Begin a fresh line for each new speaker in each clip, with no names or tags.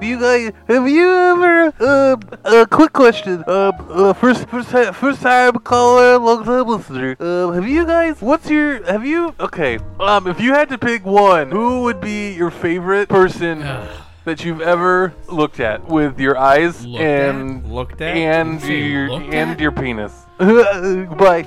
you guys, have you ever? Um, uh, quick question. Um, uh, first, first, ti- first time caller, long time listener. Um, have you guys? What's your? Have you? Okay. Um, if you had to pick one, who would be your favorite person that you've ever looked at with your eyes
Looked at?
and
Looked at?
and
Did you say
your
looked
and
at?
your penis? bye,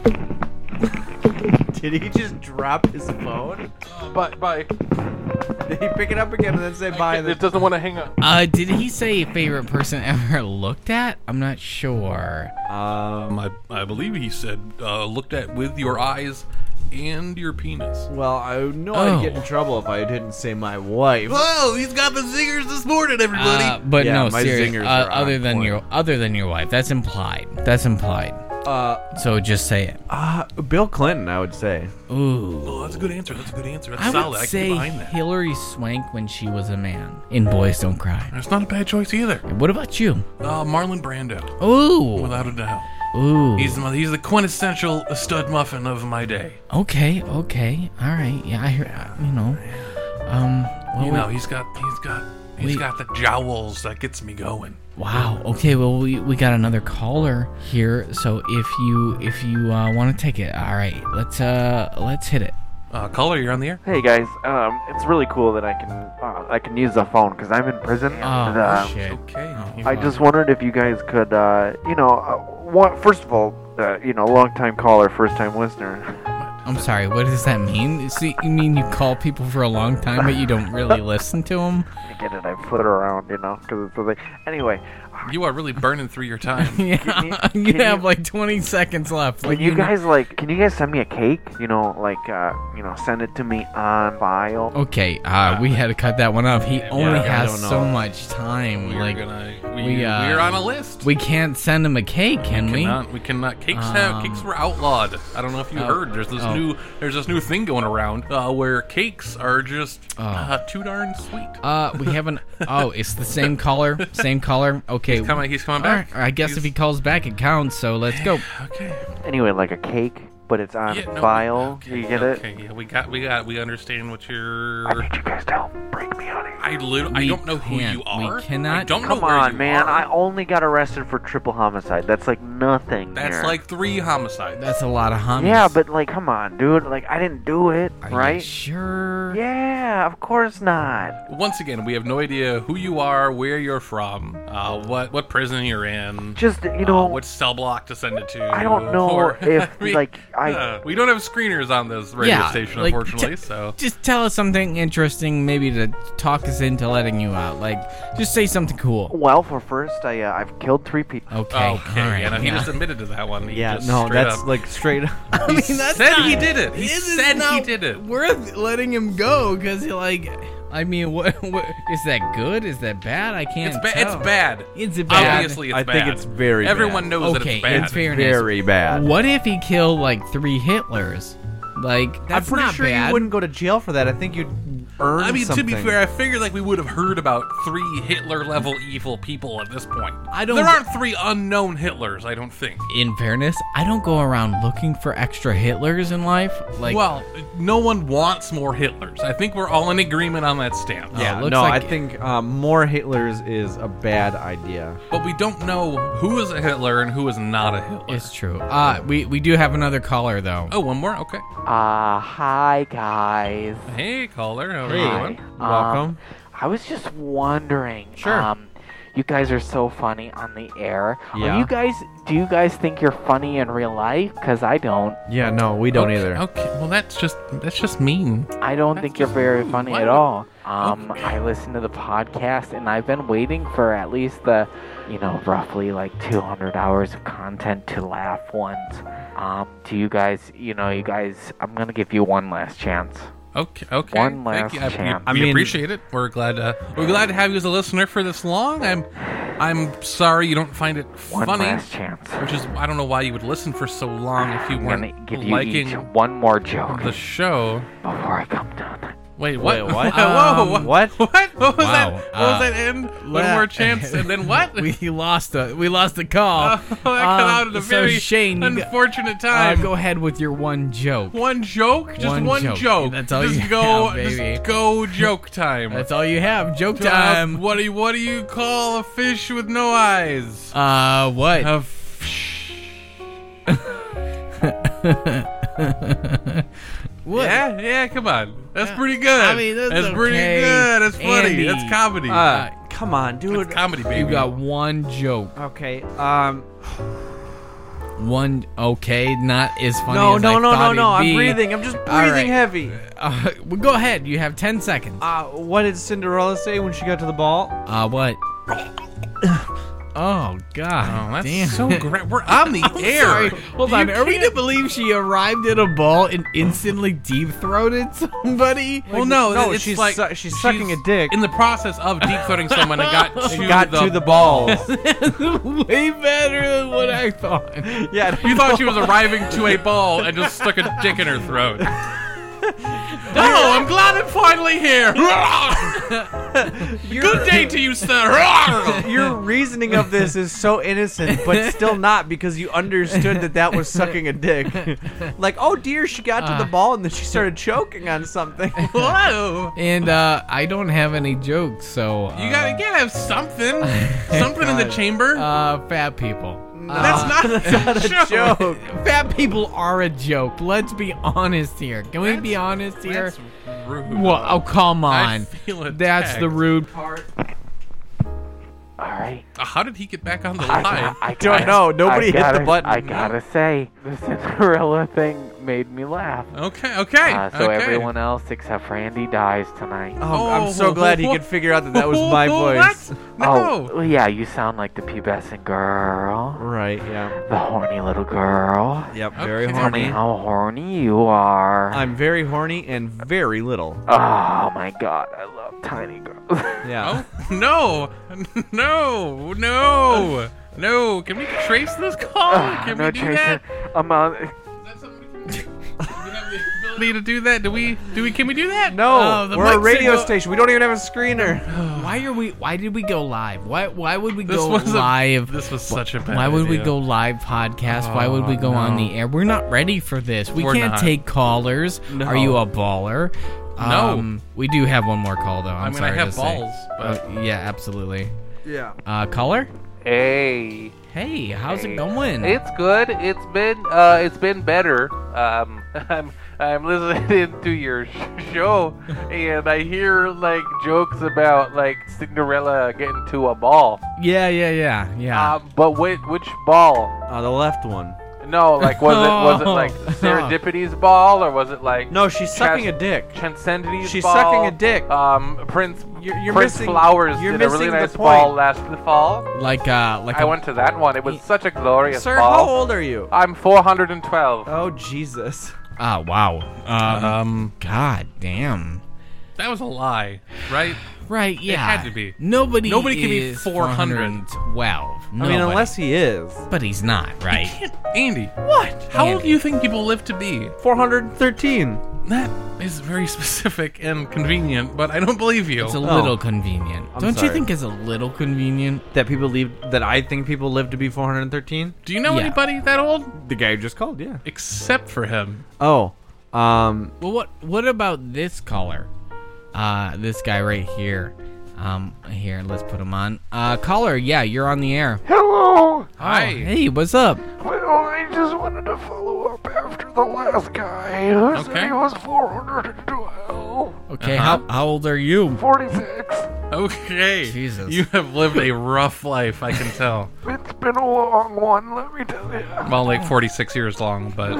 Did he just drop his phone?
bye, bye.
Did he pick it up again and then say bye? and
It
then-
doesn't want to hang up.
Uh, did he say favorite person ever looked at? I'm not sure.
Um,
I, I believe he said, uh, looked at with your eyes and your penis.
well, I know
Oh.
I'd get in trouble if I didn't say my wife.
Whoa, he's got the zingers this morning, everybody.
Uh, but
Yeah,
no,
my
seriously.
zingers
Uh,
are on
other than
point.
your other than your wife, that's implied. That's implied.
Uh,
So just say it.
uh, Bill Clinton, I would say.
Ooh.
oh, that's a good answer. That's a good answer. That's
I
solid.
would
I can
say
get behind that.
Hillary Swank when she was a man in Boys Don't Cry.
That's not a bad choice either.
What about you?
Uh, Marlon Brando,
Ooh.
without a doubt.
Ooh.
He's the, he's the quintessential stud muffin of my day.
Okay. Okay. All right. Yeah. I hear. uh, You know. Um. Well, we-
You know, he's got he's got he's
Wait.
got the jowls that gets me going.
Wow. Okay. Well, we, we got another caller here. So if you if you uh, want to take it, all right. Let's uh let's hit it.
Uh, caller, you're on the air.
Hey guys, um, it's really cool that I can uh, I can use the phone because I'm in prison.
Oh
and, uh,
shit.
Okay.
Oh,
I
fuck.
just wondered if you guys could, uh, you know, uh, what, first of all, uh, you know, long time caller, first time listener.
I'm sorry. What does that mean? See, you mean you call people for a long time, but you don't really listen to them?
I get it, I flit around, you know, because it's the thing. Anyway,
You are really burning through your time.
Yeah.
Can you-
You
can
have
you-
like 20 seconds left. Like
Can you
know-
guys like? Can you guys send me a cake? You know, like uh, you know, send it to me on file.
Okay. Uh, we had to cut that one off. He only
I
has
don't know.
so much time.
We're
like
gonna we,
we, uh,
are on a list.
we can't send him a cake, can we?
cannot we cannot cakes have cakes
Um,
were outlawed. I don't know if you
oh,
heard. There's this
oh.
new there's this new thing going around uh, where cakes are just
Oh.
uh, too darn sweet.
Uh, we haven't. Oh, it's the same caller. Same caller. Okay.
He's coming. He's coming
All right.
back.
I guess if he calls back, it counts. So let's go.
Okay.
Anyway, like a cake, but it's on
Oh. Yeah, no, we-
file.
okay,
you get
okay,
it?
Yeah, we got. We got. We understand what you're.
I need you guys to help break me out of here.
I literally. I
We
don't know who you
can't. We
are. I
cannot-
don't know
Come
where
on,
you
man!
are.
I only got arrested for triple homicide. That's like nothing.
That's
here.
like three homicides.
That's a lot of hummus.
Yeah, but like, come on, dude! Like, I didn't do it,
Are you
right?
sure.
yeah, of course not.
Once again, we have no idea who you are, where you're from, uh, what what prison you're in,
Just you
uh,
know,
which cell block to send it to.
I don't know
or-
if, like, I-
uh, we don't have screeners on this radio
Yeah,
station,
like,
unfortunately.
t-
so
Just tell us something interesting, maybe to talk us into letting you out. Like, just say something cool.
well, for first, I uh, I've killed three people.
Okay.
okay,
All right.
and he
yeah.
just admitted to that one. He
Yeah,
just
no,
straight
that's
up-
like straight up.
I mean, that's
said
not-
he did it. He
this is
said he
not
did it.
Worth letting him go because he like. I mean, what, what is that good? Is that bad? I can't.
it's, ba-
tell.
it's bad.
It's bad.
Obviously, it's
I
bad.
think it's very
Everyone
bad.
knows
Okay,
that
it's
it's bad.
fairness.
Very bad.
What if he killed like three Hitlers? Like
I'm
that's
pretty
not
sure
bad.
you wouldn't go to jail for that. I think you'd earn
I mean,
something. Uh,
to be fair, I figured like we would have heard about three Hitler-level evil people at this point.
I don't-
There aren't three unknown Hitlers, I don't think.
In fairness, I don't go around looking for extra Hitlers in life. Like,
well, no one wants more Hitlers. I think we're all in agreement on that stance.
Oh,
yeah,
looks
no,
like-
I think uh, more Hitlers is a bad idea.
But we don't know who is a Hitler and who is not a Hitler.
it's true. Uh, we we do have another caller though.
oh, one more. Okay.
Uh, hi guys.
Hey, caller. How are
Hey.
you
Hi.
doing?
Um,
Welcome.
I was just wondering.
Sure.
Um, you guys are so funny on the air.
Yeah.
Are you guys? Do you guys think you're funny in real life? Cause I don't.
Yeah, no, we don't
okay,
either.
Okay. Well, that's just that's just mean.
I don't
That's
think you're
just
very
rude.
funny
Why
at
would-
all. Um, I listen to the podcast, and I've been waiting for at least the, you know, roughly like 200 hours of content to laugh once. Um, to you guys, you know, you guys, I'm gonna give you one last chance.
Okay. Okay.
One
Thank
last
you. I, we-
chance.
I
we
mean-
appreciate it. We're glad. Uh, we're glad to have you as a listener for this long. I'm. I'm sorry you don't find it
One
funny.
last chance.
Which is, I don't know why you would listen for so long if you
I'm gonna
weren't
give you each
liking
one more joke
the show.
before I come down.
Wait, what?
Wait, what?
Uh, whoa,
Um,
what?
what?
What? What was
Wow,
that? What
uh,
was that end? One
la-
more chance, and then what?
we lost the we lost the call.
Oh, that cut out at a
Um, so
very
Shane, you go-
unfortunate
uh,
time.
go ahead with your one joke.
one joke, just
One
one,
joke.
joke.
That's all
just
you
go,
have, baby.
Just go joke time.
That's all you have. Joke
Uh,
time.
what do you, what do you call a fish with no eyes?
Uh, what?
A fish.
what?
Yeah, yeah, come on. That's
Yeah.
pretty good.
I mean, that's
pretty
okay.
good. That's funny.
Andy.
That's comedy.
Uh, come on, dude.
that's comedy, baby.
You got one joke.
Okay. Um.
One okay, not as funny
No,
as
no,
I
no, no,
thought
no.
it'd
I'm
be.
breathing. I'm just breathing
All right.
heavy.
Uh, well, go ahead. You have ten seconds.
Uh, what did Cinderella say when she got to the ball?
Uh, what? Oh God!
Oh, that's
Damn.
so great. We're on the air.
Sorry. Hold
You
on. Are we
can't-
to believe she arrived at a ball and instantly deep throated somebody?
Well, no,
No,
it's
she's
like
su- she's sucking a dick.
in the process of deep throating someone. and got to
got
the,
to the ball.
Way better than what I thought.
yeah.
You thought she was arriving to a ball and just stuck a dick in her throat. no, I'm glad I'm finally here.
Your-
Good day to you, sir.
Your reasoning of this is so innocent, but still not because you understood that that was sucking a dick. like, oh dear, she got to
Uh.
the ball and then she started choking on something.
Whoa.
And uh, I don't have any jokes, so uh,
You gotta, you gotta have something, something in the chamber.
uh, fat people.
that's,
Uh,
not, a joke.
joke.
fat people are a joke. Let's be honest here. Can we be honest here?
That's rude.
Well, oh come
I
on.
feel
That's
attacked.
the rude part.
All right.
Uh, How did he get back on the
I,
line?
I- I
Don't
gotta-
know. Nobody
I
hit the
gotta-
button.
I gotta say, the Cinderella thing made me laugh.
Okay, okay.
Uh, so
okay.
everyone else except for Andy dies tonight.
Oh, I'm so glad he could figure out that that was my voice.
What? No.
Oh, well, yeah, you sound like the pubescent girl,
Right. Yeah.
the horny little girl.
Yep.
very
Very
Okay.
Tell me
horny.
how horny you are.
I'm very horny and very little.
oh my god, I love tiny girls.
Yeah.
Oh, no. No. No. No. Can we trace this call?
Ugh,
Can
Ah, no
we do
tracer.
that?
I'm on.
Is that something we can do? Do we have the ability to do that? Do we? Do we? Can we do that? Uh,
No,
Oh, the
we're a
mic
radio
signal-
station. We don't even have a screener.
Why are we? Why did we go live? Why? Why would we
This
go
was a-
live?
This was such a bad.
why would we
idea.
go
Oh,
live podcast? why would we go on the air? We're not ready for this. We
We're
can't
not.
take callers. Are you a baller? Um,
No.
we do have one more call though. I'm
I mean,
sorry
I have
to
balls,
say.
but
Uh, yeah, absolutely.
Yeah.
Uh, caller.
Hey,
Hey, how's it
Hey.
going?
it's good. It's been uh, it's been better. Um, I'm I'm listening to your sh- show, and I hear like jokes about like Cinderella getting to a ball.
yeah, yeah, yeah, yeah.
Um, but which which ball?
Uh, the left one.
No, like was it was it
Oh.
like Serendipity's ball or was it like
No, she's sucking
Chas-
a dick.
Transcendity's
She's
ball?
sucking a dick.
Um, Prince
You're- you're
Prince
missing-
Flowers
you're
did a really
missing the
nice ball
point.
last fall.
like, uh, like
I
a-
went to that one. It was such a glorious
Sir,
ball.
how old are you?
I'm 412.
Oh Jesus.
Ah, wow. Um,
Uh-huh.
Um,
God damn.
that was a lie, right?
Right. Yeah.
had to be.
Nobody.
Nobody can be
is
400.
412.
I mean,
Nobody.
unless he is
But he's not, right?
Andy, what? How old
Andy.
do you think people live to be?
413.
That is very specific and convenient, but I don't believe you.
It's a
Oh.
little convenient.
I'm
Don't you
sorry.
think it's a little convenient?
That people leave. That I think people live to be 413.
Do you know
Yeah.
anybody that old?
The guy who just called. Yeah.
Except for him.
Oh. Um.
Well, what what about this caller? Uh, this guy right here. Um, here, let's put him on. Uh, caller, yeah, you're on the air.
Hello.
Hi.
Oh, hey, what's up?
Well, I just wanted to follow up after the last guy who
Okay.
said he was 412.
Okay,
Uh-huh.
how how old are you?
46.
Okay.
Jesus.
You have lived a rough life, I can tell.
It's been a long one, let me tell you.
Well, like 46 years long, but.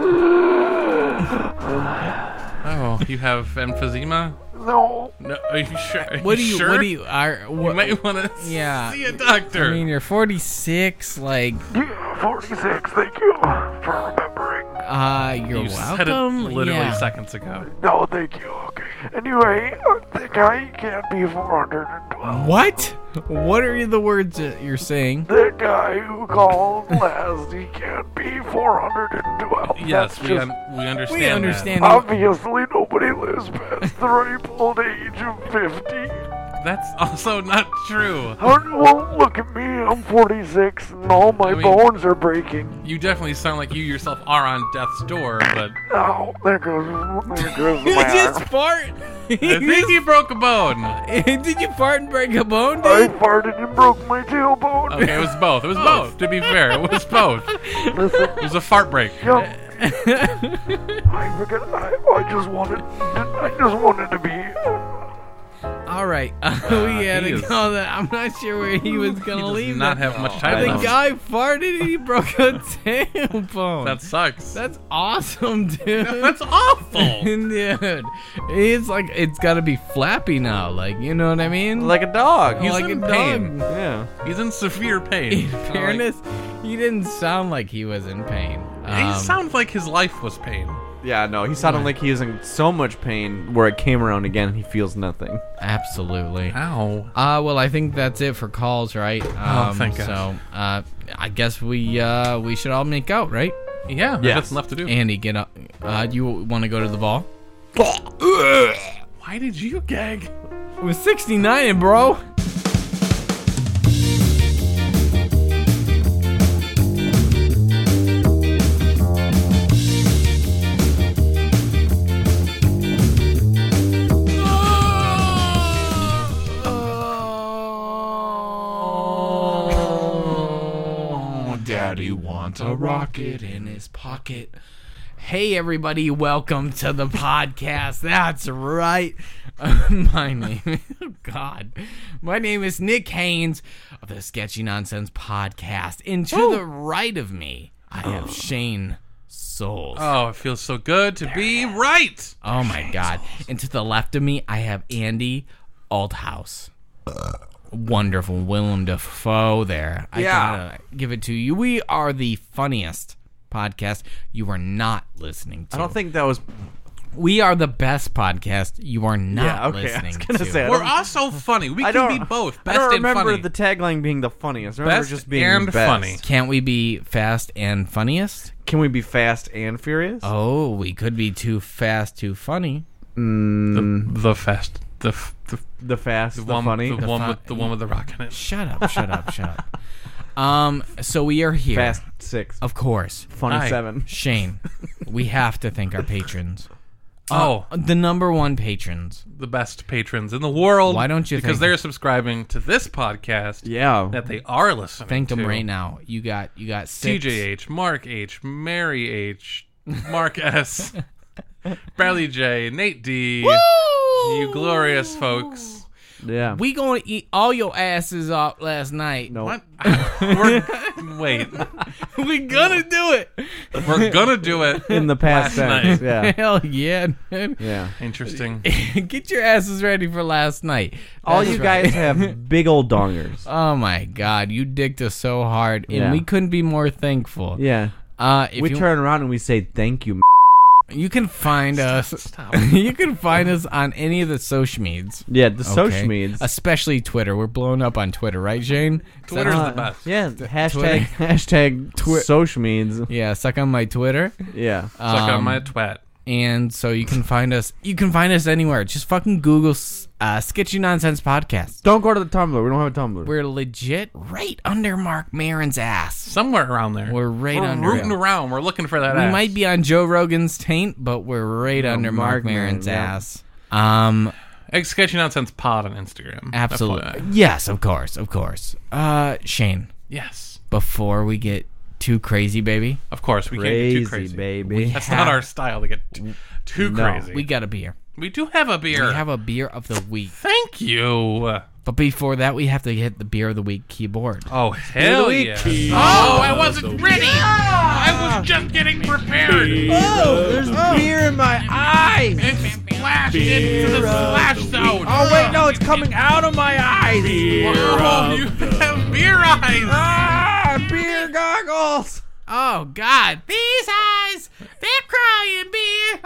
Oh, you have emphysema?
No,
No, are you sure? Are
What do you
sure?
what do you are
You
what,
might want to
Yeah.
see a doctor.
I mean, you're 46 like
yeah, 46. Thank you for remembering.
uh you're
you said it
welcome.
literally
yeah.
seconds ago.
Oh, No, thank you. Okay. Anyway, uh, the guy can't be 412.
What? What are the words that you're saying?
That guy who called last, he can't be 412.
Yes,
That's
we,
just
un- we understand.
We
that.
understand.
Oh,
obviously nobody lives past the ripe age of 50.
That's also not true.
Hun won't look at me. I'm 46 and all my
I mean-
bones are breaking.
You definitely sound like you yourself are on death's door, but
Oh, there goes, there goes
Did
my
you just
arm.
fart?
I think you broke a bone.
Did you fart and break a bone,
I
dude?
farted and broke my tailbone.
Okay, it was both. It was both. To be fair, it was both.
Listen,
It was a fart break.
yo, I forgot. I, I just wanted. I just wanted to be.
All right, we had
he
to
is-
go. That I'm not sure where he was
He
gonna
does
leave.
not
that.
have much
the
time left.
guy farted and he broke a tailbone.
That sucks.
That's
That's,
awesome, dude.
awful.
dude. It's like it's gotta be flappy now. Like you know what I mean?
Like a dog.
he's
like
in
a
pain.
dog.
yeah.
He's in severe pain.
In
Kinda like-
fairness, he didn't sound like he was in pain.
he
Um,
sounds like his life was pain.
Yeah, no, he sounded like he was in so much pain where it came around again and he feels nothing.
absolutely.
Ow.
Uh, well, I think that's it for calls, right? Um,
Oh, thank God.
So, uh, I guess we uh, we should all make out, right?
Yeah, there's
Yes.
nothing left to do.
Andy, get up. Uh, you want to go to the ball?
Why did you gag?
It was 69, bro.
Oh.
Daddy wants a rocket in his pocket. Hey, everybody, welcome to the podcast. That's right. my name, oh God, my name is Nick Haynes of the Sketchy Nonsense Podcast. And to the right of me, I
Oh.
have Shane Souls.
Oh, it feels so good to be right.
oh, my God. And to the left of me, I have Andy Althouse. Wonderful Willem Dafoe there. I
Yeah.
gotta give it to you. We are the funniest podcast you are not listening to.
I don't think that was.
We are the best podcast. You are not
Yeah, okay. I
listening
was gonna
to.
say. I
We're
don't-
also funny. We
I
can
don't
be both.
I
Best
don't remember
and funny.
the tagline being the funniest. I remember
Best
just being
and
best.
funny.
Can't we be fast and funniest?
Can we be fast and furious?
Uh,
Oh, we could be too fast, too funny.
Mm. the, the fast. The, f- the,
The fast, the,
one,
funny,
The, one
fu-
with the one with the rock in it.
Shut up, shut up, shut up. Um, so we are here.
fast six,
Of course.
funny
Aye.
seven.
Shane, we have to thank our patrons.
Uh,
Oh,
The number one patrons.
the best patrons in the world.
Why don't you
Because
thank-
they're subscribing to this podcast
Yeah.
that they are listening
Thank
to.
them right now. You got you got six.
TJ H, Mark H, Mary H, Mark S, Bradley J, Nate D, you glorious folks.
yeah.
We gonna eat all your asses up last night.
no.
What? We're, wait,
we gonna do it.
we're gonna do it.
In the past
Last
tense.
night.
Yeah.
Hell yeah, dude.
Yeah.
Interesting.
Get your asses ready for last night.
All
That's
you
right.
guys have big old dongers.
Uh,
Oh my God, you dicked us so hard, and
Yeah.
we couldn't be more thankful.
Yeah.
Uh, if
we
you,
turn around and we say thank you. m-."
you can find us.
stop.
you can find us on any of the social medias.
Yeah, the social
okay?
meds.
especially Twitter. We're blowing up on Twitter, right, Jane? Is that-
Twitter's
Uh,
the best.
Yeah, hashtag
Twitter.
hashtag
Twi-
social meds.
yeah, suck on my Twitter.
Yeah,
Suck on
Um,
my twat.
and so you can find us. You can find us anywhere. Just fucking Google uh, "Sketchy Nonsense Podcast."
don't go to the Tumblr. We don't have a Tumblr.
We're legit right under Mark Maron's ass.
Somewhere around there.
We're right
We're
under.
rooting
him.
around. We're looking for that
We
ass.
might be on Joe Rogan's taint, but we're right under Mark,
Mark
Maron's
Maron, yeah.
ass. Um,
Egg Sketchy Nonsense Pod on Instagram.
absolutely.
FYI.
Yes, of course, of course. Uh, Shane,
Yes.
before we get too crazy, baby,
Of course, we can't
crazy,
get too crazy.
baby.
That's
have-
not our style to get t- too
No.
crazy.
we
We,
got a beer.
do have a beer.
We have a beer of the week,
Thank you.
but before that, we have to hit the beer of the week keyboard.
Oh hell yeah! Oh, I wasn't ready. I was just getting prepared.
oh, there's beer in my eyes.
It splashed into the splash zone.
Oh wait, no, it's coming out of my eyes.
Oh, you have beer eyes.
Ah, beer goggles.
Oh God, these eyes—they're crying beer.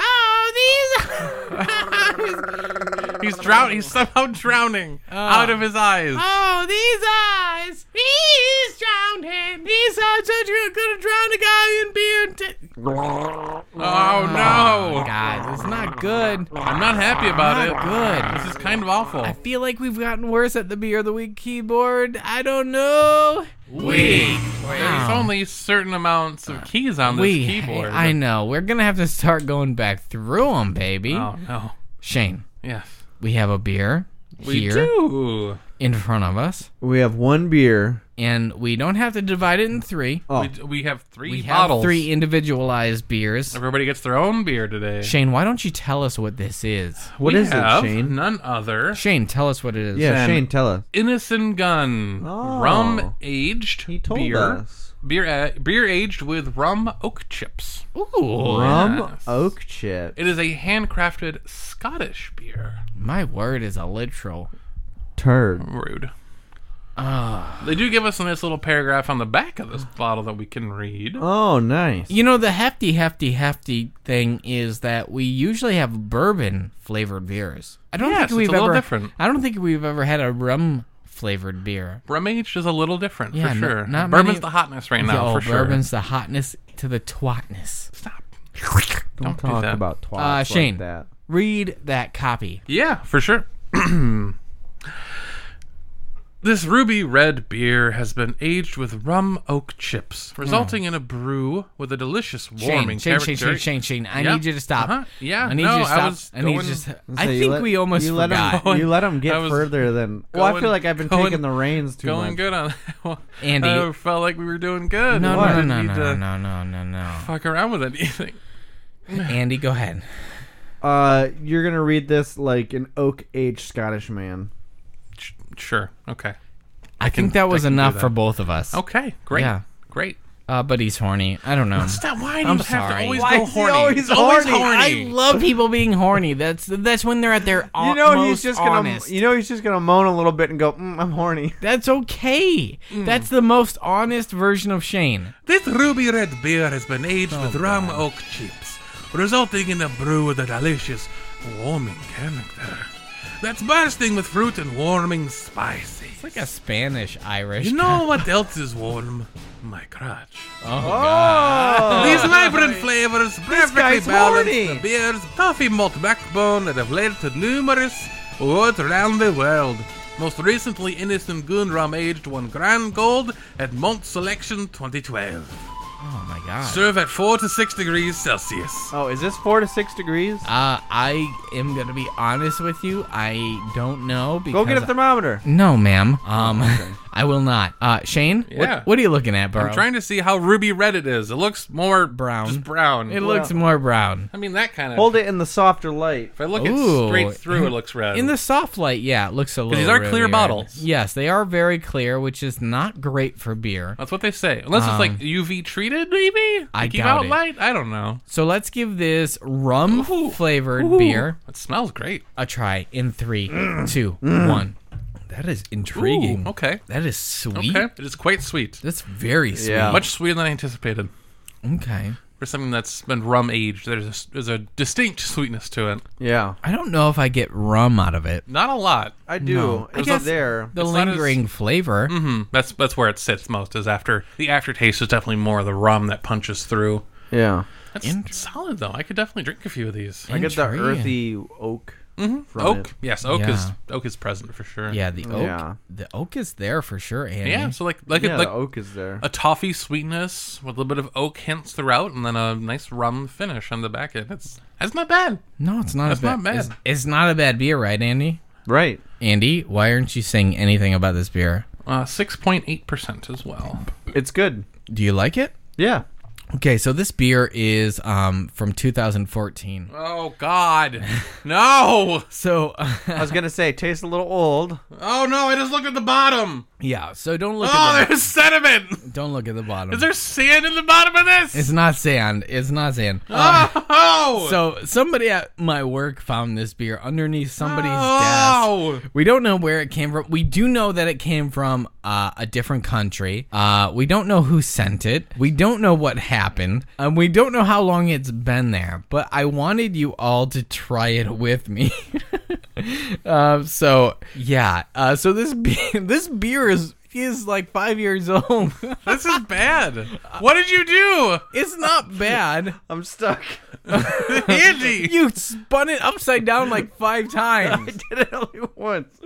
Oh, these eyes.
He's drown. He's somehow drowning out of his eyes.
Oh, these eyes! He's drowning! These eyes said you're gonna drown a guy in beer and t-
Oh no!
God, it's not good.
I'm not happy about
Not
it.
good.
This is kind of awful.
I feel like we've gotten worse at the beer of the week keyboard. I don't know.
Weak. There's
Wow.
only certain amounts of keys on this
We,
keyboard.
I know. We're gonna have to start going back through them, baby.
Oh no.
Shane,
Yes.
we have a beer
We
here
do.
in front of us,
We have one beer.
and we don't have to divide it in three.
Oh.
We, d- we have three
we have
bottles.
three individualized beers.
Everybody gets their own beer today.
Shane, why don't you tell us what this is?
What
we
is
have
it, Shane?
None other.
Shane, tell us what it is.
Yeah,
Then-
Shane, tell us.
Innocent Gun.
Oh.
Rum aged
He told
beer.
us.
Beer a- beer aged with rum oak chips.
Ooh,
Rum
Yes.
oak chip.
It is a handcrafted Scottish beer.
my word is a literal.
Turd.
Rude. Ah. They do give us a nice little paragraph on the back of this bottle that we can read.
Uh.
Oh, nice.
You know, the hefty, hefty, hefty thing is that we usually have bourbon flavored beers. I don't
Yes,
think we've
it's a little
ever.
different.
I don't think we've ever had a rum flavored beer.
Rum aged is a little different
Yeah,
for
no-
sure.
not
Bourbon's
many- oh,
the hotness right now
Yo,
for
bourbon's the hotness to the twatness.
sure. Stop.
Don't,
do
talk
that.
about twats
Uh,
like
Shane.
that.
Read that copy.
Yeah, for sure. this ruby red beer has been aged with rum oak chips, resulting in a brew with a delicious warming
Shane, Shane,
character.
Shane, Shane, Shane, Shane, I
Yeah.
need you to stop.
Uh-huh. Yeah,
I need
no,
you to
I
stop.
was
I need you
going-
to just.
So
I
you
think
let-
we almost
you let
forgot.
'em- you let him get
I was
further than. Well, I
going-
feel like I've been
going-
taking the reins too
Going
much.
good on that one.
Andy.
I felt like we were doing good.
No,
I
no,
didn't
no,
need
no,
to
no, no, no, no, no.
Fuck around with anything.
Andy, go ahead.
Uh, you're gonna read this like an oak aged Scottish man.
Sh- Sure. Okay.
I, think
can-
that was
I can do
enough
that.
for both of us.
Okay. Great.
Yeah.
Great.
Uh, but he's horny. I don't know.
Stop. Why do
I'm
you have
sorry.
to always
Why
go
is he
horny?
always
It's always
horny?
I love people being horny. That's that's when they're at their o-
You know
most
he's just gonna.
honest.
You know he's just gonna moan a little bit and go, mm, "I'm horny."
that's okay.
Mm.
That's the most honest version of Shane.
This ruby red beer has been aged with rum oak chips, resulting in a brew with a delicious, warming character that's bursting with fruit and warming spices.
Like a Spanish Irish.
you know what else is warm? My crotch.
Oh,
These vibrant flavors perfectly
guy's
balance
horny.
the beer's toffee malt backbone that have led to numerous awards around the world. Most recently, Innocent Goon Rum aged one Grand Gold at Mont Selection 2012.
Oh my god.
Serve at 4 to 6 degrees Celsius.
oh, is this four to six degrees?
uh, I am gonna be honest with you. I don't know because
Go get a thermometer.
no, ma'am. Um, I will not. Uh, Shane,
Oh, Yeah.
what, what are you looking at, bro?
I'm trying to see how ruby red it is. It looks more
Brown.
Just brown.
it looks more brown.
I mean, that kind of.
Hold it in the softer light.
If I look
Ooh.
it straight through, it looks red.
In the soft light, yeah, it looks a little.
Oh. these are clear
rubier.
bottles.
Yes, they are very clear, which is not great for beer.
That's what they say. Unless it's
Um,
like UV treated, maybe.
I
to keep
doubt
out
it.
light. I don't know.
So let's give this rum flavored beer
It smells great.
a try in three,
Mm.
two, one. That is intriguing.
Ooh, okay.
That is sweet.
Okay. It is quite sweet.
That's very sweet.
Yeah.
Much sweeter than I anticipated.
Okay.
For something that's been rum aged, there's a, there's a distinct sweetness to it.
Yeah,
I don't know if I get rum out of it.
Not a lot.
I do.
No.
It's
guess-
there.
The
It's not as-
lingering flavor.
Mm, that's that's where it sits most. Is after the aftertaste is definitely more of the rum that punches through.
Yeah,
That's
Int-
solid though. I could definitely drink a few of these.
I get the
Intriguing.
earthy oak. From
Mm-hmm. oak,
It.
yes, oak is
Yeah.
oak is present for sure.
Yeah, the oak.
Yeah.
The oak is there for sure, Andy.
yeah. So like like
Yeah,
like
the oak is there.
a toffee sweetness with a little bit of oak hints throughout, and then a nice rum finish on the back end. That's that's not bad.
No, it's not
That's
a bad.
not bad.
It's, it's not a bad beer, right, Andy?
Right.
Andy, why aren't you saying anything about this beer?
Uh, Six point eight percent as well.
It's good.
Do you like it?
Yeah.
Okay, so this beer is um, from 2014.
Oh God, no!
So,
I was gonna say, tastes a little old.
Oh no! I just looked at the bottom.
yeah. So don't look
Oh,
at
there's sediment.
the don't look at the bottom.
Is there sand in the bottom of this?
It's not sand. It's not sand.
oh,
So somebody at my work found this beer underneath somebody's desk.
oh.
We don't know where it came from. We do know that it came from uh, a different country. Uh, we don't know who sent it. We don't know what happened. And we don't know how long it's been there. But I wanted you all to try it with me. um, so yeah, uh, so this be- this beer is is like five years old.
This is bad. What did you do?
it's not bad.
I'm stuck.
Andy!
You spun it upside down like five times.
Did it only once.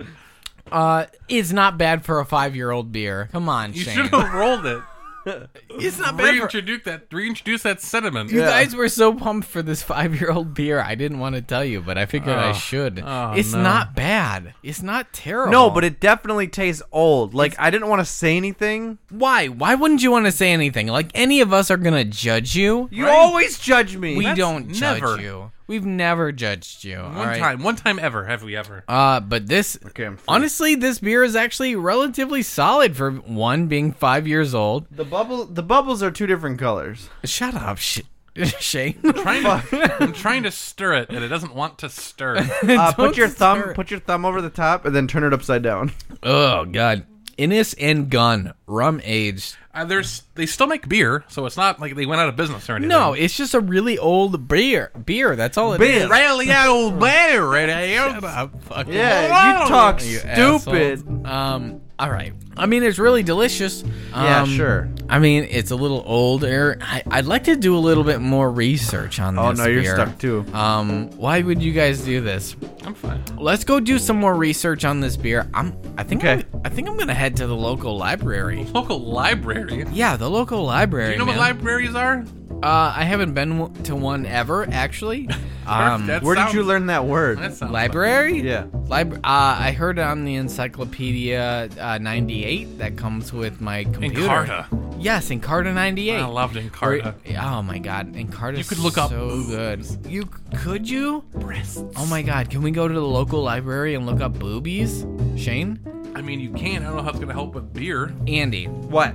Uh, it's not bad for a five-year-old beer. Come on,
You
Shane.
should have rolled it.
It's not bad. For-
Reintroduce that. Reintroduce that cinnamon.
you guys were so pumped for this five-year-old beer. I didn't want to tell you, but I figured I should.
Oh,
it's
no.
not bad. It's not terrible.
No, but it definitely tastes old. Like I didn't want to say anything.
why? Why wouldn't you want to say anything? Like any of us are gonna judge you.
You always judge me.
we
That's
don't judge
never-
you. We've never judged you. all
One
right?
time. One time ever have we ever.
Uh, but this,
I'm free.
honestly, this beer is actually relatively solid for one being five years old.
the bubble the bubbles are two different colors.
Shut up, sh- Shane.
Trying to, I'm trying to stir it, and it doesn't want to stir.
Uh, put
Don't
your thumb
start.
put your thumb over the top and then turn it upside down.
oh God, Innis and Gun rum aged.
Uh, there's, they still make beer, so it's not like they went out of business or anything.
No, it's just a really old beer. Beer. That's all it is.
Beer.
Really old beer, it is.
Shut up, fucking
Yeah, you talk
you
stupid.
assholes. Um. All right. I mean, it's really delicious.
Yeah,
Um,
sure.
I mean, it's a little older. I, I'd like to do a little bit more research on
Oh
this.
no, you're
beer.
stuck too.
Um, why would you guys do this?
I'm fine.
Let's go do some more research on this beer. I'm. I think.
Okay.
I'm, I think I'm gonna head to the local library.
Local library.
Yeah, the local library.
You know what
man.
libraries are?
Uh, I haven't been w- to one ever, actually. Um,
That
Where did
sounds-
you learn that word?
That sounds
library?
yeah.
Libra- uh, I heard it on the Encyclopedia uh, 98 that comes with my
like-
computer.
Encarta.
Yes, Encarta 98.
I loved Encarta.
Where- Oh my god, Encarta. You
could look up
so good. You could you? Breasts. Oh my god, can we go to the local library and look up boobies? Shane,
I mean, you can. I don't know how it's gonna help with beer.
Andy,
What?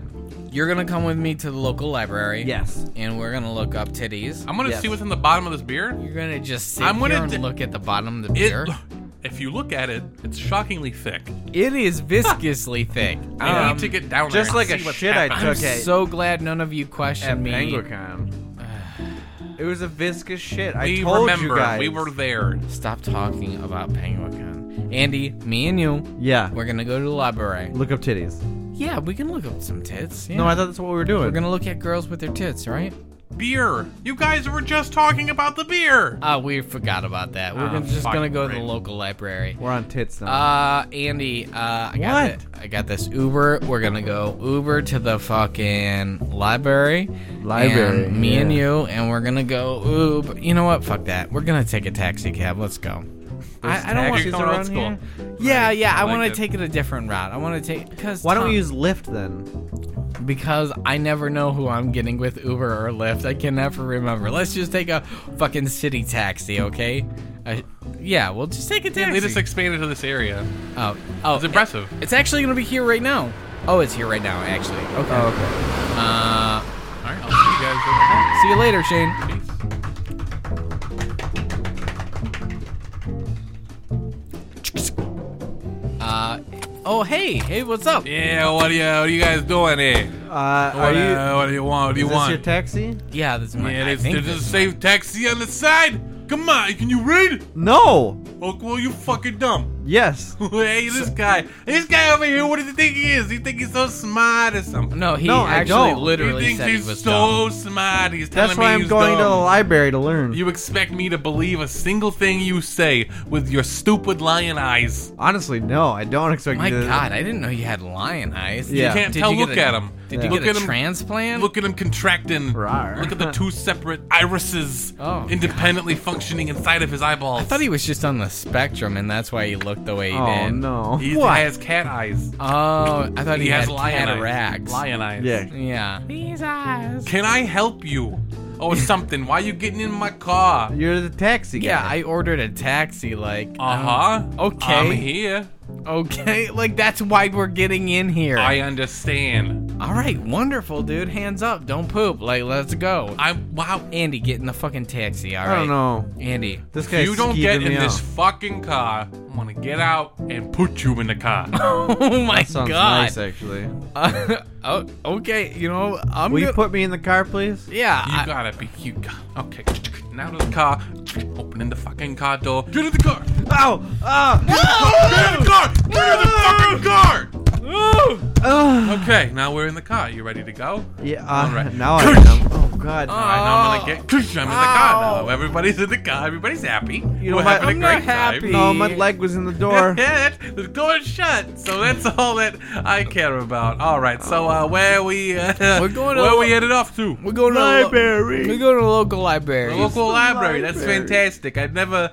you're gonna come with me to the local library.
Yes.
And we're gonna look up titties.
I'm gonna
Yes.
see what's in the bottom of this beer.
You're gonna just sit
I'm gonna
here and
d-
look at the bottom of the
It,
beer.
if you look at it, it's shockingly thick.
it is viscously thick.
You
Um,
need to get down there
Just
and
like a
see what's
shit I
happening.
took at,
So glad none of you
at
questioned me.
Anglicon. It was a viscous shit. I
We
told
remember.
you guys.
We were there.
Stop talking about Penguin. Andy, me and you,
Yeah.
we're gonna go to the library.
Look up titties.
Yeah, we can look up some tits. yeah.
No, I thought that's what we were doing.
we're gonna look at girls with their tits, right?
Beer. You guys were just talking about the beer.
Ah, we forgot about that. We're
Ah,
gonna, just
fuck,
gonna go to the
great.
local library.
We're on tits now.
Uh, Andy, uh, I got
What?
it. I got this Uber. We're gonna go Uber to the fucking library.
Library,
And me and
yeah.
you, and we're gonna go Uber. You know what? Fuck that. We're gonna take a taxi cab. Let's go. I, I don't want
You're going old school.
Yeah, yeah. I,
like
want
it.
to take it a different route. I want to take because
Why don't we use Lyft then?
because I never know who I'm getting with Uber or Lyft. I can never remember. Let's just take a fucking city taxi, okay? I, yeah, we'll just take a taxi.
They just expanded to this area.
oh, oh,
It's impressive.
It's actually gonna be here right now. Oh, it's here right now, actually. Okay.
Oh,
Uh,
All right, I'll see you guys over there.
see you later, Shane. Uh, oh hey, hey, what's up?
Yeah, what are you, what are you guys doing here?
okay. Uh, are
What,
you?
uh, what do you want? What do you
is
want?
this your taxi?
Yeah, this is my.
yeah,
I
there's,
think
there's a
this is
safe taxi on the side. Come on, can you read?
No.
Oh, well, you fucking dumb.
Yes.
hey, this guy, this guy over here, what does he think he is? He think he's so smart or something?
No, he
No, I
actually
don't.
he
literally
thinks
said he
he's
was dumb.
so smart. He's telling
That's
me
why I'm
he's
going to the
dumb.
library to learn.
You expect me to believe a single thing you say with your stupid lion eyes?
Honestly, no. I don't expect
My
you to.
God, I didn't know you had lion eyes.
Yeah.
You can't
Did
tell.
you get
look
a-
at him.
Did
Yeah.
you
look
get
at
a
him.
transplant?
Look at him contracting.
Rawr.
Look at the two separate irises
Oh,
independently functioning inside of his eyeballs.
I thought he was just on the spectrum, and that's why he looked the way he
Oh
did.
no.
He has cat eyes.
Oh, I thought he,
He has
had
lion eyes.
cataracts.
Lion eyes.
Yeah.
Yeah. These eyes.
Can I help you? Or something. Why are you getting in my car?
You're the taxi guy.
Yeah, I ordered a taxi. Like,
Uh huh.
Uh-huh. Okay.
I'm here.
okay, like that's why we're getting in here.
I understand.
All right, wonderful, dude. Hands up, don't poop. Like, let's go.
I'm. Wow.
Andy, get in the fucking taxi. All
I
right.
don't know.
Andy.
This guy.
If you don't get in this fucking car, I'm gonna get out and put you in the car.
Oh my
Sounds
god.
nice, actually.
Uh, Oh, okay. You know, I'm
Will you
gonna-
put me in the car, please?
yeah.
You
I-
gotta be. You got. Okay. Now to the car. Opening the fucking car door. Get in the car. Ow! Ah! Get in the car. Get in the fucking car. Okay. Now we're in the car. You ready to go?
Yeah. Uh,
All right. Uh,
Now I am. Oh God.
All right, now I'm gonna get. I'm in the car now. Everybody's in the car. Everybody's happy. You
know
We're
what?
having
I'm
a
not
great
happy.
time.
no, my leg was in the door.
Yeah, that- the door's shut, so that's all that I care about. All right, so uh, where we uh,
We're going to
where
the-
we headed off to?
we're going to library. We're going to the local
The
library.
local library. That's fantastic. I've never,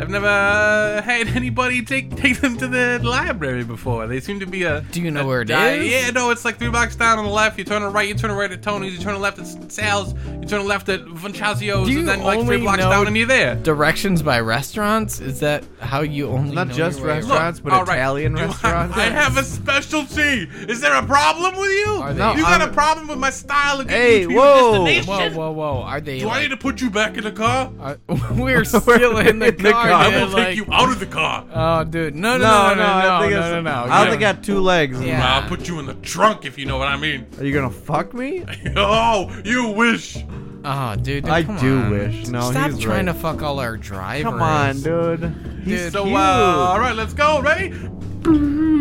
I've never uh, had anybody take take them to the library before. They seem to be a.
Do you know where it is?
Uh, yeah, no, it's like three blocks down on the left. You turn a right, you turn a right at Tony's, you turn a left at Sal's, you turn a left at Funchasio's,
Do you
and then like
only
three blocks
know-
down and you're there.
Directions by restaurants? Is that how you only
Not
know
just
your way
restaurants. but
all right,
Italian
do I-
restaurants?
I, have a specialty. Is there a problem with you?
Are they-
you got
I'm-
a problem with my style of getting
Hey,
you to
whoa.
your destination?
Whoa, whoa, whoa! Are they?
Do I
Like,
need to put you back in the car?
are, we're still in the
in the
car.
car.
I
dude,
will
like-
take you out of the car.
Oh, dude! No, no, no, no, no, no, no,
it's-
no,
I
Yeah.
only got two legs.
Yeah.
I'll put you in the trunk if you know what I mean.
Are you gonna fuck me?
oh, you wish.
Oh, dude!
I
come
do
on.
wish. No,
Stop
he's
trying
right.
to fuck all our drivers.
Come on, dude. He's
Dude,
So,
cute.
uh, all right, let's go. Ready? Um,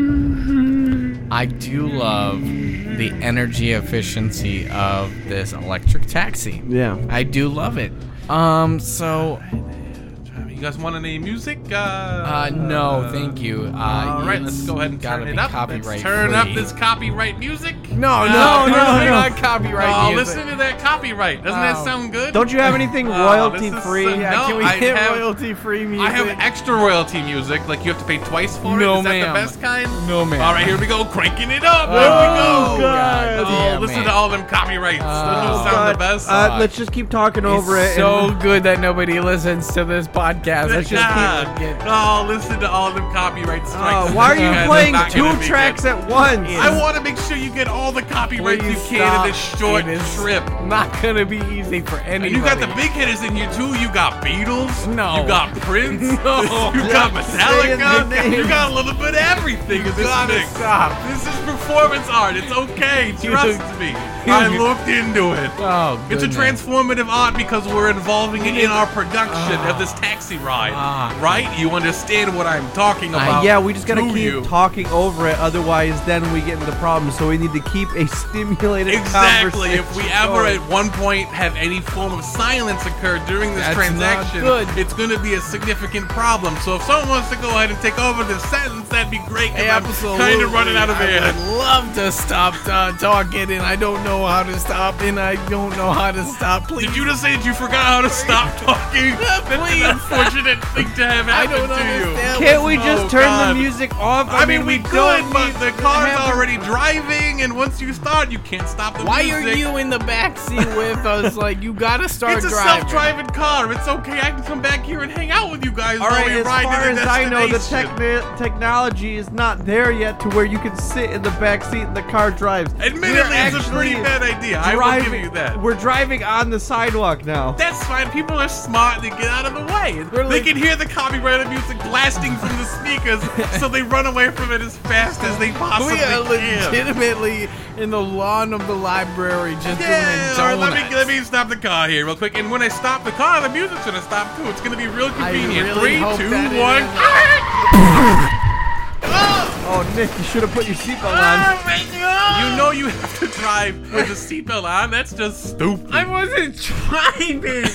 I do love the energy efficiency of this electric taxi.
Yeah.
I do love it. Um, so
You guys want any music? Uh,
uh, no, thank you. Uh,
all right, let's
it's
go ahead and
gotta
turn
be
it up.
Copyright
Let's turn up
free.
this copyright music.
No, no,
Uh,
no,
turn
no,
it up.
not copyright
Oh,
music.
listen to that copyright. Doesn't
Oh.
that sound good?
Don't you have anything
Oh,
royalty
this is
free?
so- Yeah, no,
Can we
I
hit
have-
royalty-free music?
I have extra royalty music, like you have to pay twice for
No,
it. Is that
ma'am.
the best kind?
No, ma'am.
All right, here we go, cranking it up.
Oh,
there we go.
God.
Oh,
damn
listen
it.
to all them copyrights.
Oh.
Those don't sound the best.
Uh, let's just keep talking over
it's
it.
so
and-
good that nobody listens to this podcast. I just
Oh, God.
keep forgetting.
Oh, listen to all them copyright
Oh,
strikes.
Uh, why are
You guys
you playing
not gonna
two
be
tracks
good.
at once?
I want to make sure you get all the copyrights you
Please
can in this
stop.
short
It is
trip.
Not gonna be easy for anybody.
And you got the big hitters in here too. You got Beatles.
No.
You got Prince.
No.
You got
saying their
Metallica.
names.
You got a little bit of everything in this
gotta
mix.
stop.
This is performance art. It's okay. Trust me. I looked into it.
Oh,
It's a
goodness.
transformative art because we're involving it in our production of this taxi ride.
Ah.
Right? You understand what I'm talking about.
yeah, we just gotta
do
keep
you?
talking over it, otherwise then we get into problems. So we need to keep a stimulated
Exactly.
conversation.
If we ever
going.
at one point have any form of silence occur during this
That's
transaction,
not good.
it's going to be a significant problem. So if someone wants to go ahead and take over this sentence, that'd be great. 'cause
Absolutely.
I'm kind of running out of air.
I would love to stop uh, talking, and I don't know how to stop, and I don't know how to stop. Please,
Did you just say that you forgot how to stop talking? That's an unfortunate thing to have
I
happen
don't
to
understand.
you.
Can't we
Oh,
just turn
God.
the music off?
I mean, we,
don't
could, but
need
the
to
car's
have-
already driving, and once you start, you can't stop the
Why
music.
are you in the backseat with us? Like, you gotta start
It's a
driving.
self-driving car. It's okay. I can come back here and hang out with you guys
All
while
right,
we
as
ride
far
to
as
the
I know, the
destination.
techni- technology is not there yet to where you can sit in the back seat and the car drives.
Admittedly,
We're
it's a pretty
actually
bad idea. I will give you that.
We're driving on the sidewalk now.
That's fine. People are smart. They get out of the way.
Really?
They can hear the copyrighted music blasting from the speakers, so they run away from it as fast as they possibly
We are
can.
legitimately in the lawn of the library just
Yeah,
doing
all right, let
donuts.
me let me stop the car here real quick. And when I stop the car, the music's gonna stop too. It's gonna be real
I
convenient.
really
Three,
hope
two,
that it
one.
isn't.
Oh, Nick, you should have put your seatbelt
Ah.
on.
Ah! You know you have to drive with the seatbelt on. That's just stupid.
I wasn't driving.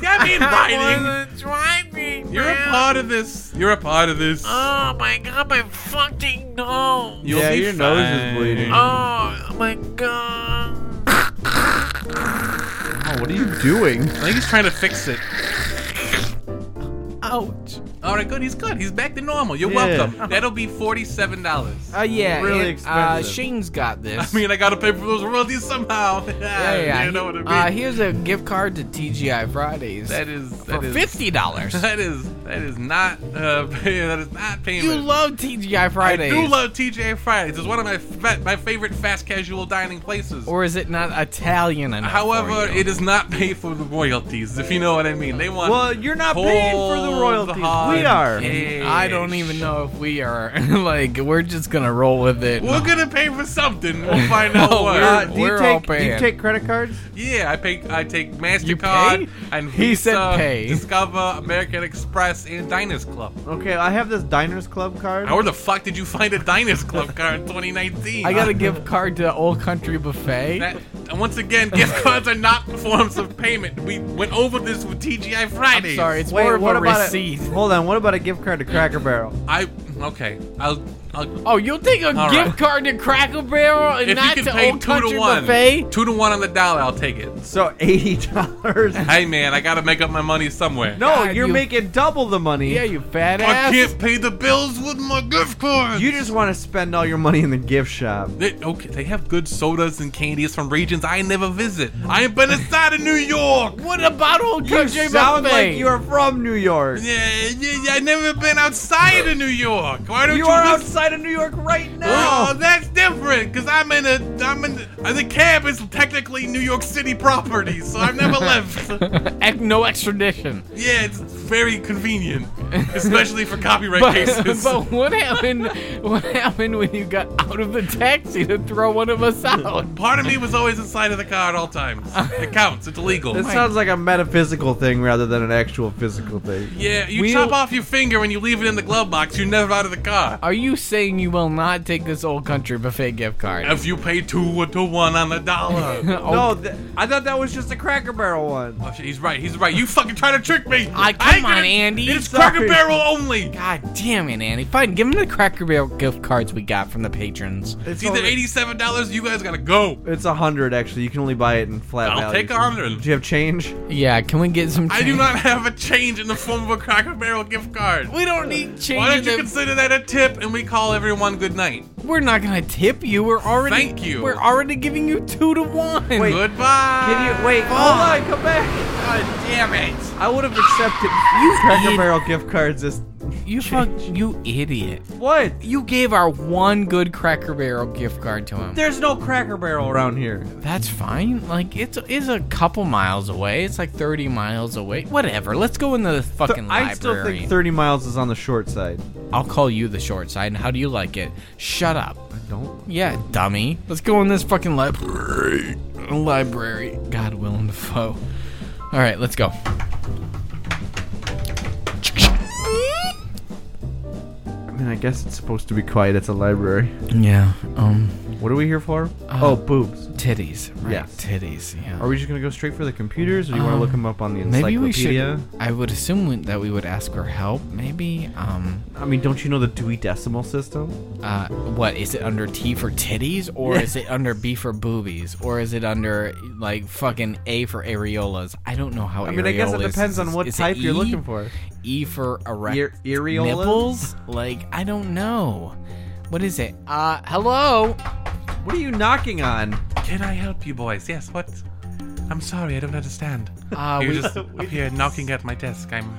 That means
I
riding.
wasn't driving.
You're a
man.
part of this. You're a part of this.
Oh my god, my fucking nose.
You'll
yeah,
be
your nose is
fine.
bleeding.
Oh my god.
Oh, what are you doing?
I think he's trying to fix it.
Ouch.
All right, good. He's good. He's back to normal. You're
Yeah.
welcome. That'll be forty-seven dollars.
Uh, yeah.
Really
and, Uh,
expensive.
Shane's got
I
this.
mean, I gotta pay for those royalties somehow. yeah,
yeah, yeah.
you know what I mean.
Uh, here's a gift card to TGI Fridays
that is that
for
is-
fifty dollars.
That is that is not uh, that is not payment.
you love TGI Fridays.
I do love TJ Fridays. It's one of my fa- my favorite fast casual dining places.
Or is it not Italian enough?
However,
for you?
it does not pay for the royalties, if you know what I mean. They want
Well, you're not paying for the
Hold
royalties.
hard
We we are.
And I don't even know if we are. like, we're just gonna roll with it.
We're gonna pay for something. We'll find out
No,
what.
we're-
Uh, do you
We're all
take do you
paying.
take credit cards?
Yeah, I pay. I take
You
Mastercard
pay?
and Visa,
He said pay.
Discover, American Express, and Diners Club.
Okay, I have this Diners Club card.
Now, where the fuck did you find a Diners Club card in 2019?
I got a gift card to Old Country Buffet.
That, and once again, gift cards are not forms of payment. We went over this with TGI Fridays.
I'm sorry, it's
Wait,
more of
what
a
about
receipt.
A, hold on. What about a gift card to Cracker Barrel?
I okay. I'll. I'll
Oh, you'll take a
All
gift
right.
card to Cracker Barrel and
if
not
you can
to
pay
Old
two
Country
to one,
Buffet?
two to one on the dollar, I'll take it.
So eighty dollars.
Hey man, I gotta make up my money somewhere.
No,
God,
you're
you-
making double the money.
Yeah, you fat
I
ass.
can't pay the bills with my gift card.
You just want to spend all your money in the gift shop.
They, okay, they have good sodas and candies from regions I never visit. I ain't been inside of New York.
What about Old
You
Country
sound
Buffet?
like you are from New York.
Yeah, yeah, yeah, I never been outside of New York. Why don't you?
You are
listen-
outside of New York right now.
Oh, that's different. Cause I'm in a, I'm in the, the cab is technically New York City property, so I've never left.
Ec- no extradition.
Yeah, it's very convenient, especially for copyright
But,
cases.
but what happened? What happened when you got out of the taxi to throw one of us out?
Part of me was always inside of the car at all times. It counts. It's illegal.
This sounds like a metaphysical thing rather than an actual physical thing.
Yeah, you
We'll-
chop off your finger when you leave it in the glove box. You're never out of the car.
Are you saying you will not take this Old Country Buffet gift card?
If you pay two to one on the dollar.
Oh,
No, th- I thought that was just a Cracker Barrel one.
oh, shit, he's right. He's right. You fucking trying to trick me.
I- come
ain't
on,
gonna-
Andy.
It's
Sorry.
Cracker Barrel only.
God damn it, Andy. Fine, give him the Cracker Barrel gift cards we got from the patrons.
It's
It's either
only-
eighty-seven dollars. You guys gotta go.
It's a hundred actually. You can only buy it in flat
I'll
values.
take a hundred.
Do you have change?
Yeah, can we get some
I do
change?
not have a change in the form of a Cracker Barrel gift card.
We don't need change.
Why don't you
in the-
consider that a tip and we call everyone good night?
we're not gonna tip you. We're already
Thank you.
We're already giving you two to one.
Goodbye.
Can you wait? Hold on, come back.
Damn it.
I would have accepted
You
Cracker
idiot.
Barrel gift cards. This
You fuck, you idiot.
what?
You gave our one good Cracker Barrel gift card to him.
There's no Cracker Barrel around here.
That's fine. Like it's it's a couple miles away. It's like thirty miles away. Whatever. Let's go into the fucking library.
I still think 30 miles is on the short side.
I'll call you the short side. How do you like it? Shut up.
I don't.
Yeah, dummy. Let's go in this fucking library. Library. God willing, Defoe. All right, let's go.
I mean, I guess it's supposed to be quiet. It's a library.
Yeah. Um.
What are we here for? oh, boobs.
Titties. Right.
Yes.
Titties. Yeah.
Are we just gonna go straight for the computers, or do you want to
Um,
look them up on the
Maybe
encyclopedia?
we should. I would assume we- that we would ask for help. Maybe. Um.
I mean, don't you know the Dewey Decimal System?
Uh. What is it under T for titties, or is it under B for boobies, or is it under like fucking A for areolas? I don't know how.
I mean, I guess it
areolas
depends
is-
on what
is it
type you're
E?
looking for.
E for erect
Ear- areolas?
nipples. Like I don't know. What is it? Uh. Hello.
What are you knocking on?
Can I help you boys? Yes, what? I'm sorry, I don't understand.
Uh.
You're
we,
just up here knocking at my desk. I'm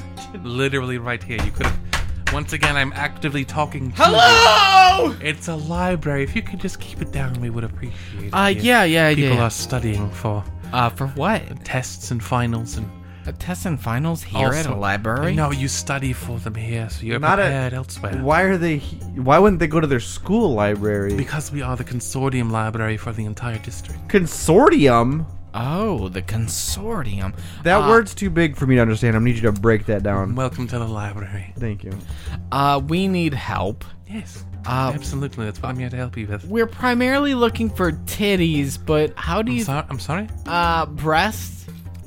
literally right here. You could have. Once again, I'm actively talking to
hello.
you. It's a library. If you could just keep it down, we would appreciate it.
Uh.
If
Yeah. Yeah.
People
yeah.
are studying for
Uh. For what?
tests and finals and
A test and finals here at a
Also-
library?
No, you study for them here, so you're
Not a-
prepared elsewhere.
Why are they? he- Why wouldn't they go to their school library?
Because we are the consortium library for the entire district.
Consortium.
Oh, the consortium.
That
Uh,
word's too big for me to understand. I need you to break that down.
Welcome to the library.
Thank you.
Uh, we need help.
Yes,
Uh,
absolutely. That's what I'm here to help you with.
We're primarily looking for titties, but how do
I'm,
you
sorry. I'm sorry.
uh breasts?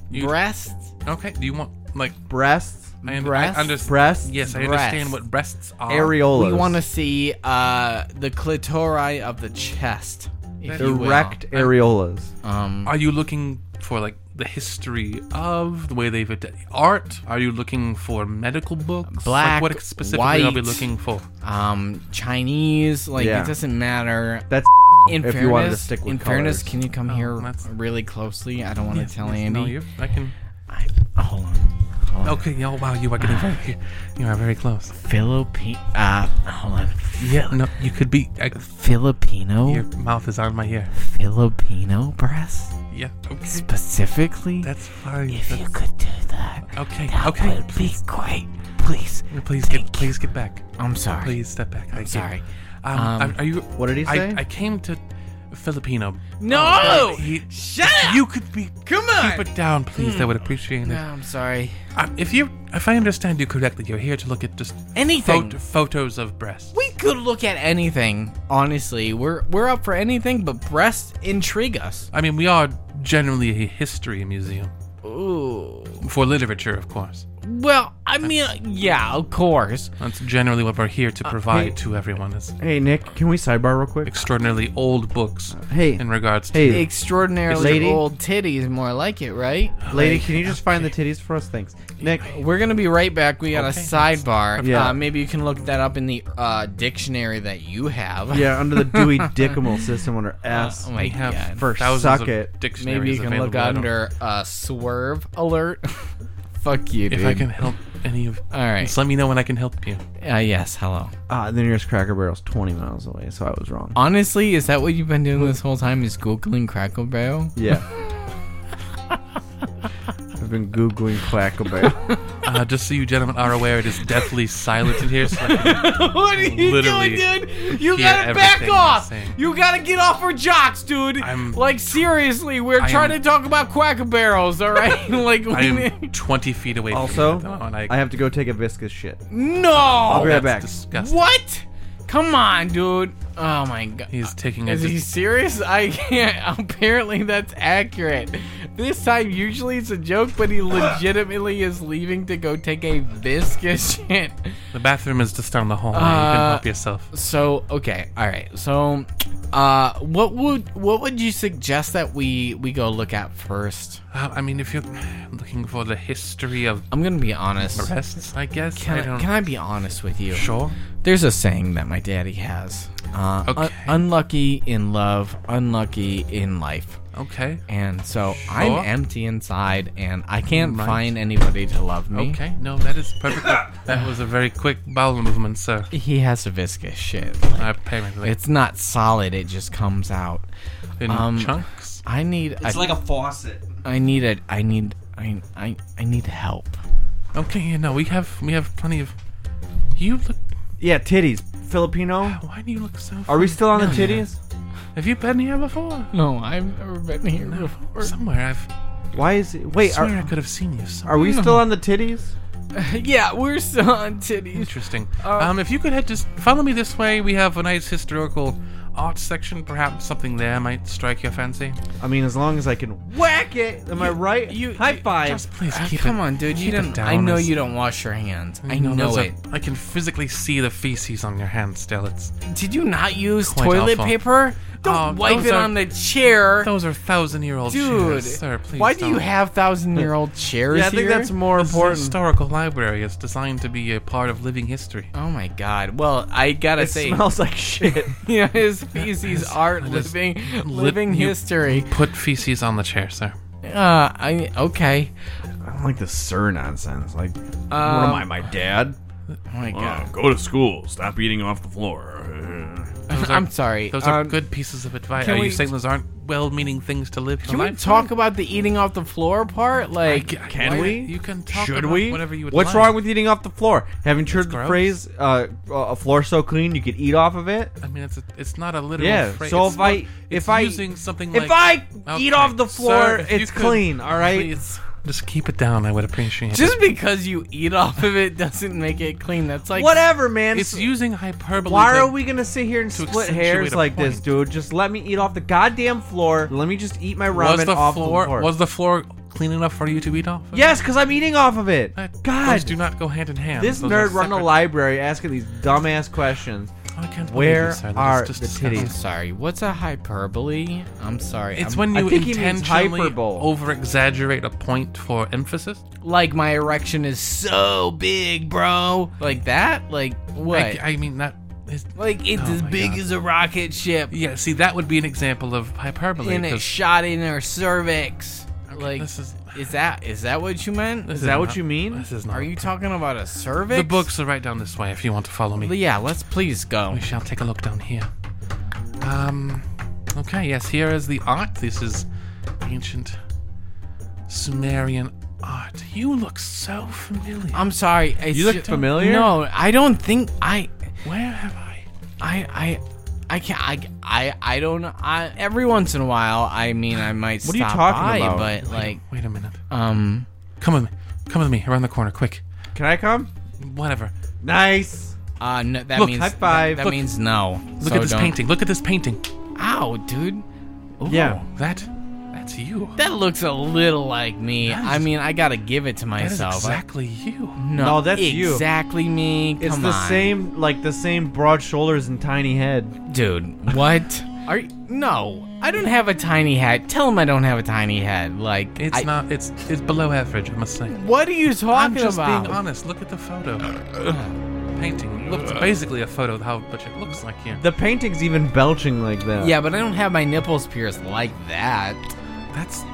You-
breasts?
Okay. Do you want like
Breasts.
I, un- I
Breasts?
understand?
Breasts.
Yes, I
Breasts.
understand what breasts are.
Areolas.
We want to see uh the clitori of the chest. If you will.
erect areolas.
Um
Are you looking for like the history of the way they've ad- art? Are you looking for medical books?
Black,
Like, what specifically are we
white.
looking for?
um Chinese, like
Yeah.
it doesn't matter.
That's
In
if
fairness,
you wanted to stick with
in fairness,
colors.
can you come here
Oh, that's-
really closely? I don't want to tell
Yes,
Andy.
No, you. I can.
I,
Oh,
hold on.
Okay. Oh wow, you are getting very. You are very close.
Philippine. Uh, hold on.
Yeah. No, you could be. I,
Filipino.
Your mouth is on my ear.
Filipino breast
Yeah. Okay.
specifically.
That's fine.
if you
That's-
could do that,
okay.
that
Okay.
would be quite Please.
Please get, please get back.
I'm sorry.
Please step back.
I'm sorry.
Um,
Um,
are, are you?
what did he say?
I, I came to Filipino.
No!
He-
Oh! Shut up!
Oh, you could be.
Come on! Hmm.
Keep it down, please. I would appreciate it.
No, I'm sorry.
Um, if you, if I understand you correctly, you're here to look at just
Anything.
phot- photos of breasts.
We could look at anything. Honestly, we're we're up for anything, but breasts intrigue us.
I mean, we are generally a history museum
Ooh.
for literature, of course.
Well, I mean, yeah, of course.
That's generally what we're here
Uh,
to provide
hey-
to everyone is
Hey Nick, can we sidebar real quick?
extraordinarily old books
Hey,
in regards to
hey,
Extraordinarily
Lady?
old titties, more like it, right?
lady, can you just find the titties for us? Thanks, Nick.
We're gonna be right back. We got
Okay.
a sidebar.
Yeah.
Uh, maybe you can look that up in the uh, dictionary that you have.
Yeah, under the Dewey Dickimal system under S.
Oh my
we have
god.
for
thousands
suck
of
it.
dictionaries
Maybe you can look
available. I don't-
under uh, swerve alert. Fuck you, dude.
If I can help any of,
All right.
just let me know when I can help you.
Uh, yes. Hello.
Ah, the nearest Cracker Barrel's 20 miles away, so I was wrong.
Honestly, is that what you've been doing this whole time? Is googling Crackle Barrel?
Yeah. I've been googling Cracker Barrel.
Uh, just so you gentlemen are aware, it is deathly silent in here. So I can-
what are you
Literally
doing, dude? You
hear
gotta
everything
back
you're
off.
saying.
You gotta get off our jocks, dude.
I'm-
like seriously, we're
I
trying
am-
to talk about Cracker Barrels, all right? like we
I am 20 feet away.
Also,
from you, though, and I,
I have to go take a viscous shit.
no.
I'll be right
that's
back.
disgusting.
What? Come on, dude. Oh my god.
He's taking a.
Is he
dis-
serious? I can't. Apparently, that's accurate. This time, usually it's a joke, but he legitimately is leaving to go take a viscous shit.
the bathroom is just down the hall. you
Uh,
can help yourself.
So, okay, all right. So, uh, what would what would you suggest that we we go look at first?
Uh, I mean, if you're looking for the history of
I'm gonna be honest.
breasts, I guess
Can
I
I,
don't.
can I be honest with you?
sure.
There's a saying that my daddy has. Uh, un-
Okay.
unlucky in love, unlucky in life.
Okay.
And so I'm
Sure.
empty inside, and I can't
Right.
find anybody to love me.
Okay. No, that is perfect. that was a very quick bowel movement, sir.
He has a viscous shit.
Apparently,
It's not solid; it just comes out.
in
um,
chunks.
I need. It's like a faucet. I need a. I need. I. I. I need help.
Okay. Yeah. No, we have we have plenty of. You look.
Yeah, titties. Filipino?
Why do you look so?
Are we still on the titties?
Have you been here before?
No, I've never been here before.
Somewhere I've.
Why is it? Wait,
swear I
are,
could have seen you. Somewhere.
are we still on the titties?
yeah, we're still on titties.
Interesting.
Uh,
um, if you could head just follow me this way, we have a nice historical art section. Perhaps something there might strike your fancy.
I mean, as long as I can whack it. Am I right?
you-
High
you-
five.
Just please
Ah,
keep
come
it.
on, dude. You
keep it
don't.
down.
I know
It's-
you don't wash your hands. I know,
there's
it.
A, I can physically see the feces on your hands still. It's
Did you not use
Quite
toilet
awful.
paper? Don't
Oh,
wipe
those
it
are-
on the chair.
those are thousand year old
Dude,
chairs, sir. Please.
why do you
don't.
have thousand year old chairs
yeah, I think
here?
that's more
This is a
important.
historical library? It's designed to be a part of living history.
Oh my god. Well, I gotta
It
say,
smells like shit.
yeah, his feces are
just
living, living
you-
history.
Put feces on the chair, sir.
Uh, I okay.
I don't like the sir nonsense. Like,
Um,
what am I, my dad?
Oh my god.
Go to school. Stop eating off the floor.
Those are,
I'm sorry.
Those are
um,
good pieces of advice.
can
Are
we-
you saying those aren't well-meaning things to live? your
Can we
life
talk about the eating off the floor part? Like,
Why-
Can we?
You can talk
Should
about
we?
whatever you would
What's
like.
wrong with eating off the floor? Haven't you heard the
gross.
phrase uh, "a floor so clean you could eat off of it"?
I mean, it's a, it's not a literal
Yeah,
phrase.
so
It's
if I-
not- it's
if I-
using something
If
like,
I eat
Okay,
off the
sir,
floor,
if you
it's
could
clean. All right.
please just keep it down, I would appreciate it.
just because you eat off of it doesn't make it clean. That's like
Whatever, man.
It's
S-
using hyperbole.
Why
to-
are we gonna sit here and
to
split
accentuate
hairs
a
like this,
point.
dude? Just let me eat off the goddamn floor. Let me just eat my ramen
Was the
off
floor
the floor.
was the floor clean enough for you to eat off? of?
yes, because I'm eating off of it.
That-
God,
those do not go hand in hand.
this
Those are
nerd running a
separate.
library asking these dumbass questions.
I can't believe
Where
you, sir. That is
are
just
the
disgusting.
I'm
titties?
sorry. What's a hyperbole? I'm sorry.
It's
I'm-
when
I
you
think he means
intentionally
hyperbole.
over exaggerate a point for emphasis.
like my erection is so big, bro. Like that? Like what?
I, I mean that is
like it's
Oh
as
my
big
God.
as a rocket ship,
yeah. See, that would be an example of hyperbole.
and it
'cause
shot in her cervix. like
this is
Is that is that what you meant?
this
Is that what
not-
you mean?
This is not.
Are you talking about a cervix?
the books are right down this way. If you want to follow me.
Yeah, let's please go.
We shall take a look down here. Um, okay, yes, here is the art. This is ancient Sumerian odd. You look so familiar. Um,
I'm sorry. It's
You look
ju-
familiar?
No, I don't think I,
Where have I?
I, I, I can't. I, I, I don't. know. I every once in a while. I mean, I might
What are you
stop
talking
by,
about?
but like,
Wait a minute. Uh,
um,
Come with me. Come with me around the corner, quick.
Can I come?
Whatever.
Nice.
uh, no, that
Look,
means
high five.
That, that
Look.
means no.
Look
So
at this
don't-
painting. Look at this painting.
Ow, dude. Ooh,
Yeah.
That, that's you.
That looks a little like me.
That is-
I mean, I gotta give it to
That is
myself.
exactly you.
no,
No, that's
exactly
you.
me.
It's
Come
the
on.
same, like the same broad shoulders and tiny head.
dude. What? Are you, no? I don't have a tiny head. Tell him I don't have a tiny head. Like
It's
I-
not. It's it's below average. I must say.
What are you
I'm
talking
just
about?
being honest. Look at the photo. painting. Look, it's basically a photo of how much it looks like you.
The painting's even belching like that.
Yeah, but I don't have my nipples pierced like that.
That's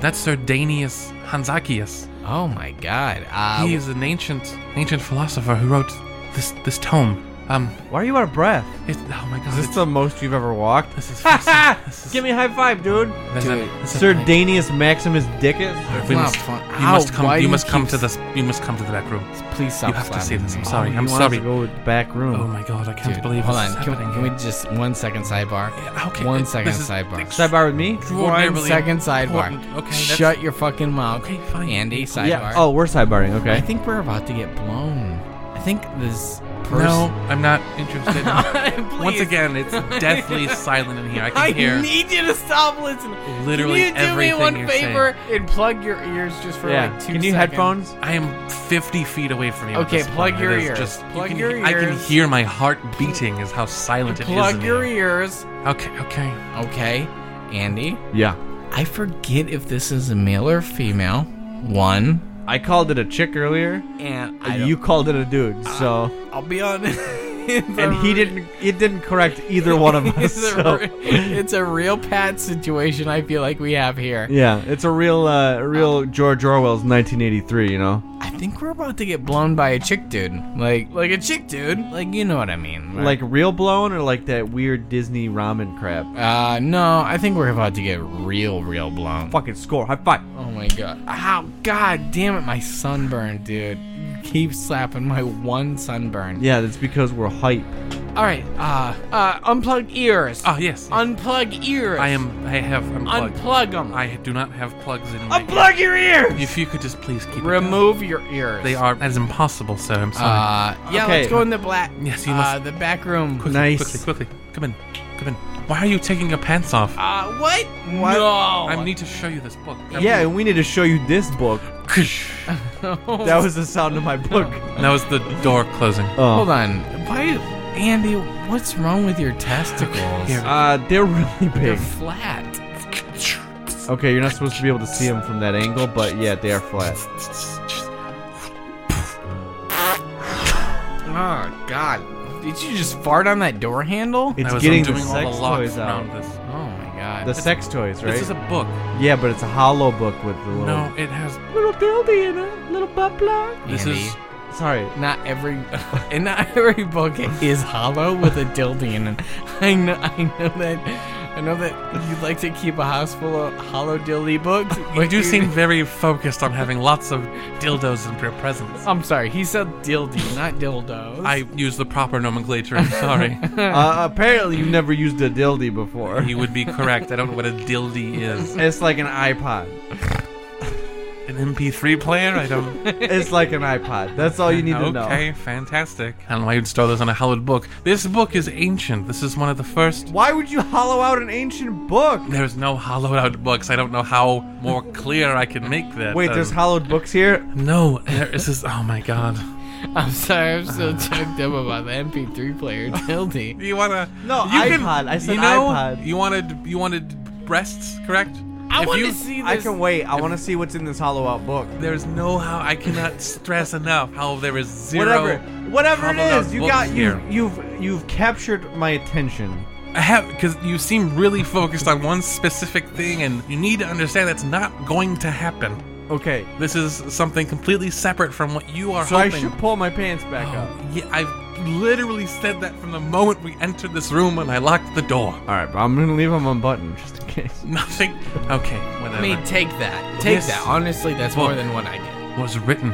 that's Sir Danius Hanzakius.
Oh my god. Uh,
he is an ancient ancient philosopher who wrote this this tome. Um,
Why are you out of breath?
it's, oh my god,
Is this
it's-
the most you've ever walked?
this is
Ha
fascinating.
ha!
This is-
Give me a high five, dude.
there's a- there's a
Sir
thing.
Danius Maximus Dickus.
it's
We
not
must,
fun.
you
Ow,
must
why
come.
do
You must come
keep
to this. You must come to the back room.
s- Please stop.
you have to
slapping
see this. I'm
me.
sorry.
He
I'm
wants
sorry.
To go with the back room.
Oh my god, I can't
Dude,
believe.
hold
this is
on. Can we,
happening
can we just one second sidebar?
Yeah, okay,
One
it-
second
this is
sidebar.
Sidebar with me.
One
extraordinarily
second sidebar.
important. Okay, that's-
Shut your fucking mouth.
Okay, fine.
Andy, sidebar.
Yeah. Oh, we're sidebarring.
I
Okay.
think we're about to get blown. I think this person.
No, I'm not interested. Once
Please.
again, it's deathly silent in here. I can
I
hear
need you to stop listening.
literally
Can you do
everything
me one
you're
favor
saying.
and plug your ears just for
Yeah.
like two
Can you
seconds?
headphones?
I am 50 feet away from you. at
Okay,
this
plug
point.
your
It is
ears.
Just, you
Plug
can-
your
I can
ears.
hear my heart beating. Is how silent it is.
Plug
in
your
here.
ears.
Okay, okay.
Okay, Andy.
Yeah.
I forget if this is a male or female. One.
I called it a chick earlier.
And I
You
you.
called it a dude. So.
I'll be on. Uh,
and he didn't. It didn't correct either one of us.
It's a,
so-
re- it's a real Pat situation. I feel like we have here.
Yeah, it's a real, uh, real George Orwell's 1983. You know,
I think we're about to get blown by a chick dude. Like, like a chick dude. Like, you know what I mean? right?
like real blown or like that weird Disney ramen crap.
Uh, no, I think we're about to get real, real blown.
Fucking score, high five.
Oh my god. Ow, god damn it, my sunburn, dude. You Keep slapping my one sunburn.
Yeah, that's because we're hype.
Alright, uh, uh, unplug ears.
Oh yes.
unplug ears.
I am. I have. I'm
Unplug
plugged.
them.
I do not have plugs in my.
Unplug your ear.
If you could just please keep it down.
Remove your ears.
They are. That is impossible, sir. I'm sorry.
Uh, yeah,
Okay.
let's go in the black.
Yes, you must-
Uh, the back room.
quickly,
nice.
Quickly, quickly. Come in. Come in. Why are you taking your pants off?
Uh, what? No.
I need to show you this book.
Yeah, and we need to show you this book.
that
That was the sound of my book.
was the door closing.
Oh.
Hold on. Why, Andy? What's wrong with your testicles?
Here.
Uh, they're really
They're
big.
flat.
Okay, you're not supposed to be able to see them from that angle, but yeah, they are flat.
Oh God! Did you just fart on that door handle?
I
It's
was
getting the
undoing all
sex
the locks
toys
around
out.
this.
oh my God!
The sex toys, right?
This is a book.
Yeah, but it's a hollow book with the little
No, it has.
little dildy in it, little bubbler.
Andy,
This is.
Sorry,
not every and not every book is hollow with a dildo in it. I know, I know that, I know that you'd like to keep a house full of hollow dilly books.
You
but
do seem very focused on having lots of dildos in your presence.
I'm sorry. He said dildy, not dildos.
I use the proper nomenclature. I'm sorry.
uh, apparently you've never used a dildy before.
you would be correct. I don't know what a dildy is.
It's like an iPod.
An MP3 player? I don't.
It's like an iPod. That's all you need to know.
Okay, fantastic. I don't know why you'd store those on a hallowed book. This book is ancient. This is one of the first.
Why would you hollow out an ancient book?
There's no hollowed out books. I don't know how more clear I can make that.
Wait,
um,
there's hollowed books here.
No, there is this. Oh my god.
I'm sorry. I'm so
Uh.
choked up about the MP3 player dildy.
You wanna?
No,
you
iPod. I said
you know,
iPod.
You wanted. You wanted breasts, correct?
I
If
want
you-
to see this.
I can wait. I want to see what's in this hollow out book.
There's no how. I cannot stress enough how there is zero.
Whatever, whatever it
hollowed out
is, you
books
got you.
here.
You've you've captured my attention.
I have because you seem really focused on one specific thing, and you need to understand that's not going to happen.
Okay.
This is something completely separate from what you are
So I
hoping.
should pull my pants back up.
Yeah, I've literally said that from the moment we entered this room and I locked the door.
All right, but I'm gonna leave them unbuttoned just in case.
Nothing. Okay, whatever.
I mean, take that. Take
Yes.
that. Honestly, that's more
Well-
than what I did.
was written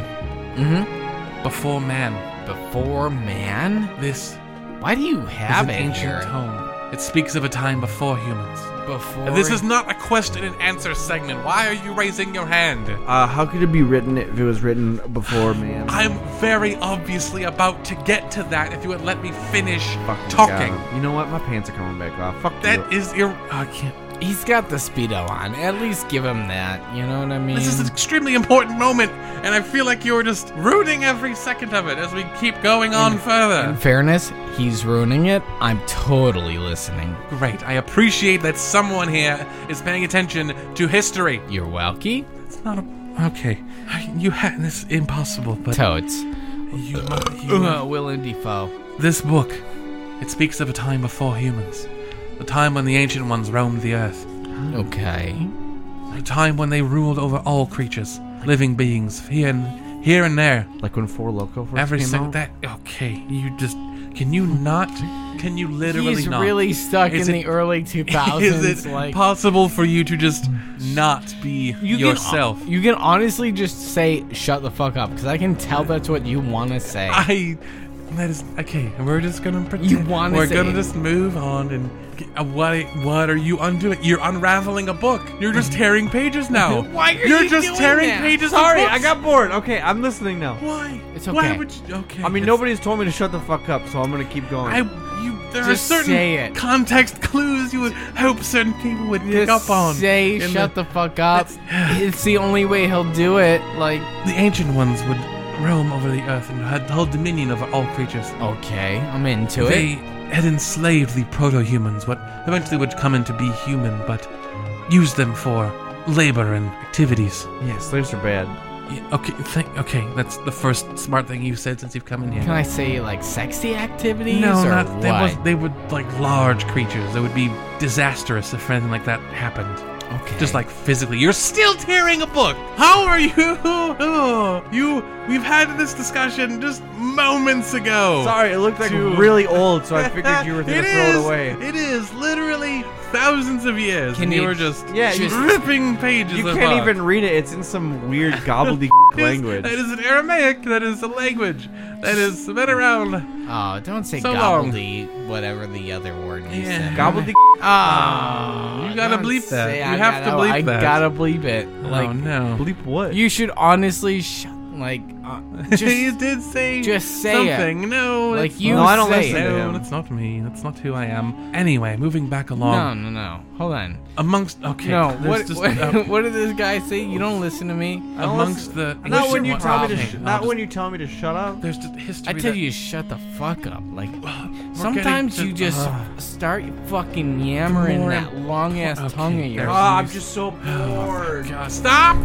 Mm-hmm.
before man.
Before man?
This
Why do you
is
have
an
it
ancient
here?
tome. It speaks of a time before humans.
Before
And this is not a question and answer segment. Why are you raising your hand?
Uh, how could it be written if it was written before, man?
I'm very obviously about to get to that if you would let me finish
Fucking
talking.
God. You know what? My pants are coming back off. Fuck
That
you.
is ir- I can't.
He's got the speedo on. At least give him that. You know what I mean?
This is an extremely important moment, and I feel like you're just ruining every second of it as we keep going on
In
further.
fairness, he's ruining it. I'm totally listening.
Great. I appreciate that someone here is paying attention to history.
You're welky,
It's not a. Um, Okay. You had this impossible, but
totes.
you, you
Uh, Willem Defoe.
This book, it speaks of a time before humans, a time when the ancient ones roamed the earth,
Okay.
a time when they ruled over all creatures, living beings, here and here and there.
like when Four Loco first
Every
came
single
out?
that. Okay, you just can you not? Can you literally
he's
not?
really stuck
Is
in
it-
the early 2000s.
Is it
like
possible for you to just not be
you can-
yourself?
you can honestly just say "shut the fuck up" because I can tell that's what you want to say.
I. That is okay. We're just gonna pretend.
wanna
We're
say-
gonna just move on and. get- uh, What? What are you undoing? You're unraveling a book. You're just tearing pages now.
Why are
You're
you
just
doing
tearing
that?
pages. of
Sorry,
books.
I got bored. Okay, I'm listening now.
Why?
It's
Why
okay.
would you? Okay.
I mean,
it's-
nobody's told me to shut the fuck up, so I'm gonna keep going.
I. You. There
Just
are certain
say it.
context clues you would hope certain people would pick
Just
up on.
say
in
"shut the, fuck up." it's the only way he'll do it. Like
The ancient ones would roam over the earth and had held dominion over all creatures.
okay, I'm into
They
it.
had enslaved the proto humans, what eventually would come into be human, but used them for labor and activities.
yeah, slaves are bad.
Yeah, okay, thank, okay, that's the first smart thing you've said since you've come in here.
Can I say like sexy activities?
no,
or
not
what?
they was they were like large creatures. It would be disastrous if anything like that happened.
okay.
Just like physically, you're still tearing a book. How are you? Oh, you, we've had this discussion just moments ago.
Sorry, it looked like
Oh. Dude.
really old, so I figured you were gonna
It
throw it
is-
away.
It is literally thousands of years.
Can
and you
you
were just
Yeah, you-
just ripping pages.
You
of
can't
books.
even read it. It's in some weird gobbledygook
It is-
language.
That is an Aramaic. That is a language. That has been around.
oh, don't say
So long.
gobbledy, whatever the other word you
Yeah.
said.
Gobbledygook.
Oh,
You gotta
don't
bleep that.
say
You
I
have to
gotta-
bleep
I
that.
gotta bleep it. Like
oh no!
Bleep what?
you should honestly sh- like uh,
you
just
did say
just say it.
something. No,
like
it's
you
No, I don't
say.
listen.
it.
No,
him.
that's not me. That's not who I am. Anyway, moving back
No,
along.
no, no. Hold on.
Amongst okay,
no,
there's
what,
just,
what,
uh,
what did this guy say? You don't listen to me.
amongst the
not when
should
you
wa-
tell me to.
okay,
Sh-
I'll
not
just-
when you tell me to shut up.
there's just history.
I tell
that-
you, shut the fuck up. Like
We're
sometimes
getting
you
to-
just
Ugh.
start fucking yammering
More
that long ass
Okay,
tongue of
there-
yours.
Oh, I'm
Ah, just so
bored. God, stop!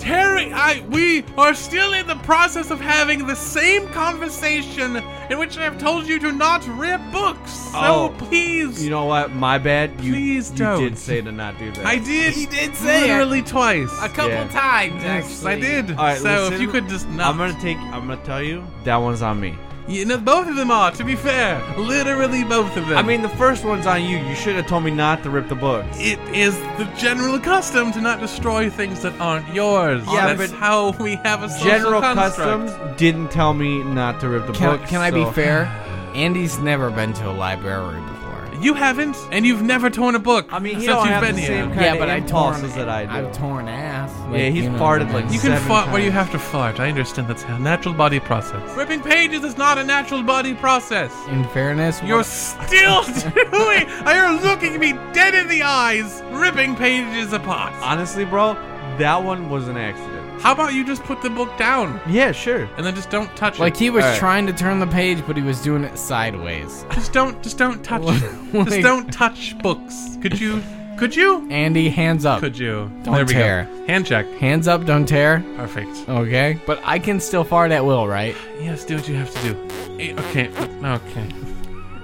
Terry, I we are still in the process of having the same conversation in which I have told you to not rip books. So
Oh.
please,
You know what? My bad. You,
Please
you
don't.
did say to not do that.
I did.
He did say it.
literally twice.
a couple
Yeah.
times
Yes,
actually.
I did.
All right,
so if
listen,
you could just not,
I'm gonna take. I'm gonna tell you that one's on me.
you know, both of them are. To be fair, literally both of them.
I mean, the first one's on you. You should have told me not to rip the books.
It is the general custom to not destroy things that aren't yours.
Yeah,
That's
but
how we have a social
General
construct.
Customs didn't tell me not to rip the
Can,
books.
can I be
so-
fair? Andy's never been to a library before.
You haven't, and you've never torn a book.
I mean, he
since
don't
you've
have
been
the
here.
same kind
Yeah,
of
but I torn
impulses that I do.
I've torn ass.
Yeah, he's
you know
farted
what I mean?
like
You can
seven
fart where you
times.
have to fart. I understand that's a natural body process. Ripping pages is not a natural body process.
In fairness,
You're
what-
still doing. You're looking me dead in the eyes, ripping pages apart.
Honestly, bro, that one was an accident.
How about you just put the book down
Yeah, sure.
and then just don't touch
like
it?
he was
Alright.
trying to turn the page, but he was doing it sideways.
Just don't, just don't touch. it.
Like-
just don't touch books. Could you? Could you?
Andy, hands up.
Could you?
Don't
there we
tear.
go. Hand check.
Hands up, don't tear.
Perfect.
Okay, but I can still fart at will, right?
Yes, do what you have to do. Eh, Okay, okay.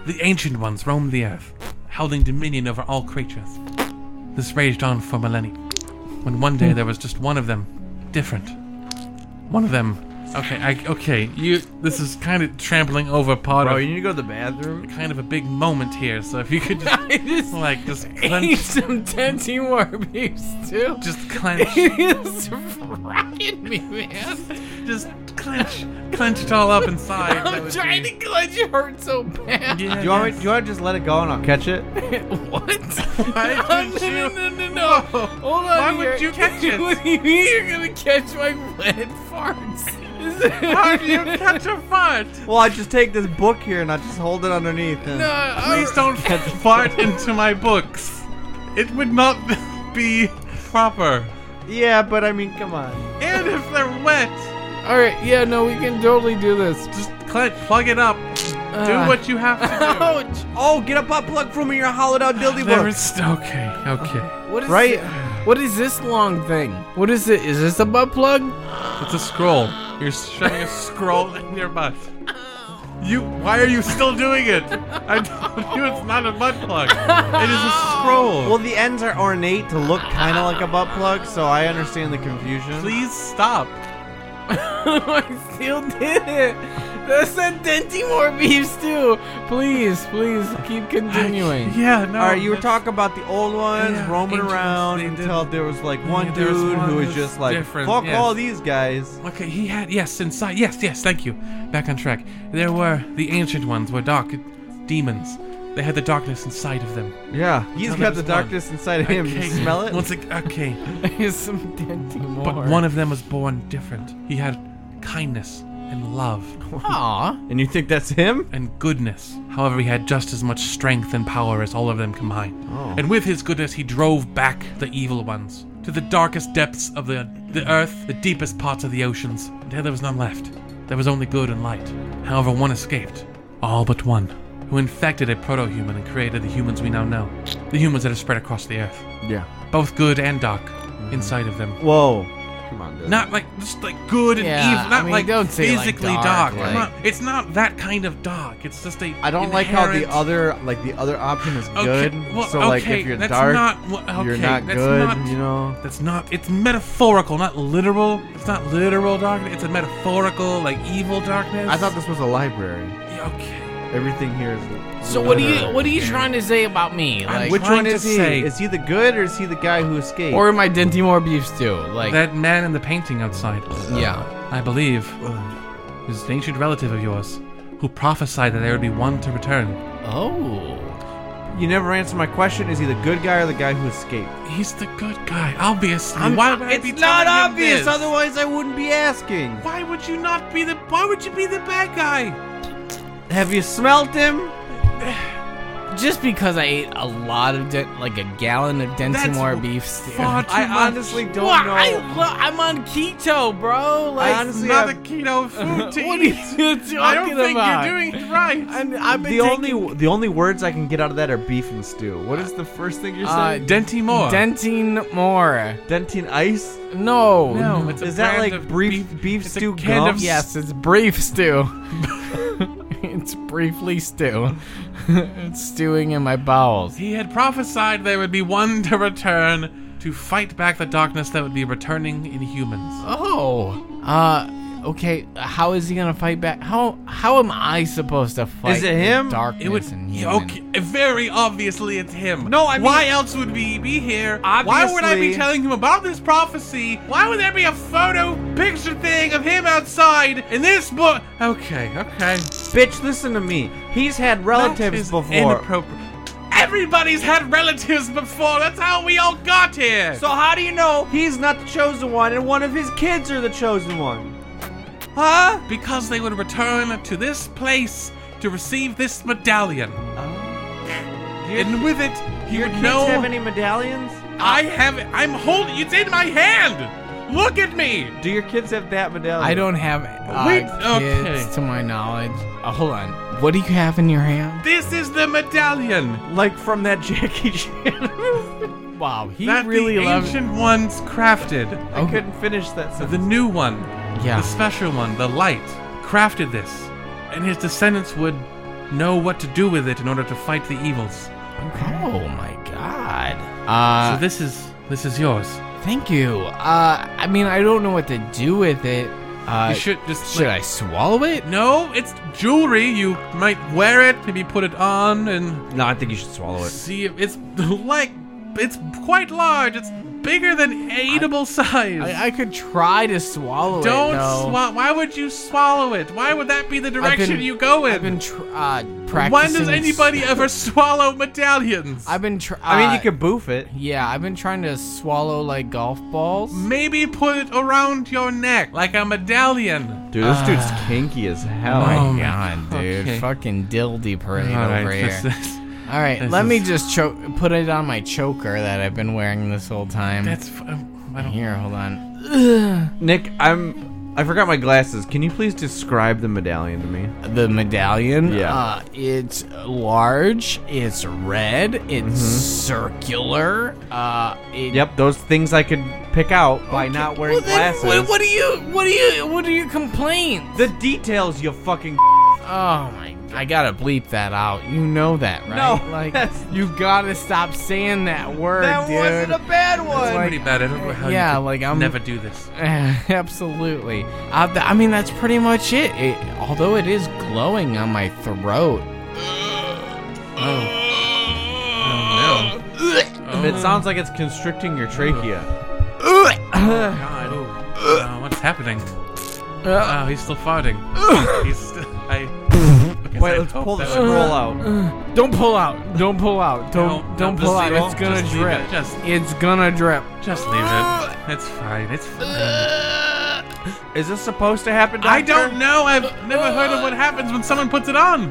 The ancient ones roamed the earth, holding dominion over all creatures. This raged on for millennia, when one day there was just one of them different. One of them. Okay, I okay. You. This is kind of trampling over part
Bro,
of
you need to go to the bathroom.
kind of a big moment here. So if you could just
I just
like just
ate
clench,
some Tenty Warbeefs too.
just clench,
It's fracking me, man.
just clench, clench it all up inside. That
I'm
would
trying
be-
to clench it hurt so bad.
Yeah,
Do you want me?
yes.
Do you want to just let it go and I'll catch it?
What?
Why would
no, no,
you-
no, no, no. Hold on.
Why would
here.
you catch it?
what do you mean you're gonna catch my wet farts?
How do you catch a fart?
Well, I just take this book here and I just hold it underneath. And
No, I-
Please don't fart into my books. It would not be proper.
Yeah, but I mean, come on.
And if they're wet,
All right, yeah, no, we can totally do this.
just clench, plug it up. Do
Ah.
what you have to
Ouch!
Oh, get a butt plug from your hollowed out dildy
do.
book.
There is okay, okay.
What is
Right?
thi- what is this long thing? What is it? Is this a butt plug?
It's a scroll. You're shoving a scroll in your butt. You, why are you still doing it? I told you it's not a butt plug. It is a scroll.
Well, the ends are ornate to look kind of like a butt plug, so I understand the confusion.
please stop.
I still did it. That's a denty more beefs too. Please, please keep continuing.
Yeah, no.
All right, you were
that's-
talking about the old ones
Yeah,
roaming
ancient
around
ones, they
until
did-
there was like
yeah,
one
there was
dude
one
who was
that's
just like,
different,
"Fuck
yes.
all these guys."
Okay, he had yes, inside yes, yes, thank you. Back on track. There were the ancient ones were dark demons. They had the darkness inside of them.
Yeah, he's
Tell
got
them
the
it's one.
darkness inside of him. You
Okay,
smell it?
Once ag- okay,
Here's some denty more.
but one of them was born different. He had kindness and love
Aw.
And you think that's him?
and goodness. However, he had just as much strength and power as all of them combined.
Oh.
And with his goodness, he drove back the evil ones to the darkest depths of the the earth, the deepest parts of the oceans. There, there was none left. There was only good and light. However, one escaped, all but one, who infected a proto-human and created the humans we now know, the humans that have spread across the earth,
Yeah.
both good and dark, inside of them.
Whoa. Come on, dude.
Not like just like good and
Yeah,
evil, not
I mean,
like
don't say, like,
physically
dark,
dark.
like-
Come on, it's not that kind of dark. It's just a.
I don't like how the
inherent-
other like the other option is
Okay,
good.
well,
so like
okay,
if you're
that's
dark,
not, what- okay,
you're not
that's
good.
Not,
you know.
that's not. It's metaphorical, not literal. It's not literal darkness. It's a metaphorical, like evil darkness.
I thought this was a library.
Yeah, okay.
Everything here is.
So what are you what are you trying to say about me?
I'm
Like,
Which
trying
one
to
is he?
say-
Is he the good or is he the guy who escaped?
or my denty more beefs too? Like,
That man in the painting outside,
yeah.
I believe, is an ancient relative of yours, who prophesied that there would be one to return.
Oh.
you never answer my question. Is he the good guy or the guy who escaped?
He's the good guy, obviously. Why would I be telling him this?
Otherwise, I wouldn't be asking.
Why would you not be the? Why would you be the bad guy?
Have you smelt him?
Just because I ate a lot of dent, like a gallon of denty
That's
more beefs. dude.
Far too
I
much.
honestly don't
Why?
know.
I lo- I'm on keto, bro.
I
Like,
honestly
not a
have-
keto food to
what are
eat.
you talking
I don't think
about?
you're doing it right.
I'm, I've been
the only the only words I can get out of that are beef and stew. What is the first thing you're
Uh,
saying?
Denty Moore.
Dentine more.
Dentine ice?
No.
no, it's a
Is that
brand
like
of
brief beef,
beef- it's a
stew
can of
gum?
s-
Yes, it's brief stew. it's briefly stew. it's stewing in my bowels.
He had prophesied there would be one to return to fight back the darkness that would be returning in humans.
Oh. Uh. Okay. How is he gonna fight back? How How am I supposed to fight?
Is it him?
the Darkness
It would.
and human?
Okay, very obviously it's him.
No, I mean-
Why else would we be here? Why would I be
Obviously-
telling him about this prophecy? Why would there be a photo picture thing of him outside in this book? Okay, okay.
Bitch, listen to me. He's had
That
relatives
is
before.
Inappropriate. Everybody's had relatives before. That's how we all got here.
So how do you know he's not the chosen one and one of his kids are the chosen one? Huh?
because they would return to this place to receive this medallion,
Your,
and with it, he
your
would
kids
know
have any medallions?
I have. it. I'm holding. It's in my hand. Look at me.
Do your kids have that medallion?
I don't have uh,
Wait,
kids
okay.
to my knowledge. Uh, hold on. What do you have in your hand?
This is the medallion
Like from that Jackie Chan.
Wow, he
that
really
the
loves.
ancient ones crafted.
I couldn't finish that
The
sentence.
new one,
Yeah.
the special one, the light, crafted this, and his descendants would know what to do with it in order to fight the evils.
Oh my god. Uh,
so this is this is yours.
Thank you. Uh, I mean, I don't know what to do with it. Uh,
you should just
should I swallow it?
No, it's jewelry. You might wear it, maybe put it on, and
No, I think you should swallow it.
see if it's like it's quite large. It's bigger than eatable size.
I, I could try to swallow it.
Don't
no.
swallow. Why would you swallow it? Why would that be the
I've been-
direction you go in?
I've been tr- uh, practicing.
when does anybody
s-
ever swallow medallions?
I've been. Tr-
I mean, you
uh,
could boof it.
Yeah, I've been trying to swallow like golf balls.
Maybe put it around your neck like a medallion.
Dude, this dude's kinky as hell.
Oh
my
my god, dude!
okay.
Fucking dildy parade over here.
this is-
All right,
this
let me
is-
just choke. Put it on my choker that I've been wearing this whole time.
that's. f- um, I don't.
here. Hold on.
Nick, I'm. I forgot my glasses. Can you please describe the medallion to me?
The medallion.
Yeah.
Uh, it's large. It's red. It's circular. Uh, it,
Mm-hmm. Yep, those things I could pick out by not wearing
Well, then,
glasses.
what, what do you? What do you? What do you complain?
the details, you fucking.
Oh my! I gotta bleep that out. You know that, right?
No,
like
that's-
you gotta stop saying that word,
That
dude.
wasn't a bad
It's
one.
pretty bad. I don't know how
yeah,
you could
like, I'm-
never do this.
Absolutely. I, th- I mean, that's pretty much it. it. Although it is glowing on my throat.
Oh.
Oh
It sounds like it's constricting your trachea.
no.
Oh, God. Uh, what's happening?
Uh.
Oh, he's still farting. he's still. I. I
Wait,
guess I
let's
hope
pull the
that-
scroll out.
Don't pull out. Don't pull out. Don't
No,
don't
no,
pull
just
out.
leave it.
It's gonna
Just leave
drip.
it. Just-
It's gonna drip.
Just leave it. It's fine. It's fine.
Is this supposed to happen? Doctor?
I don't know. I've never heard of what happens when someone puts it on.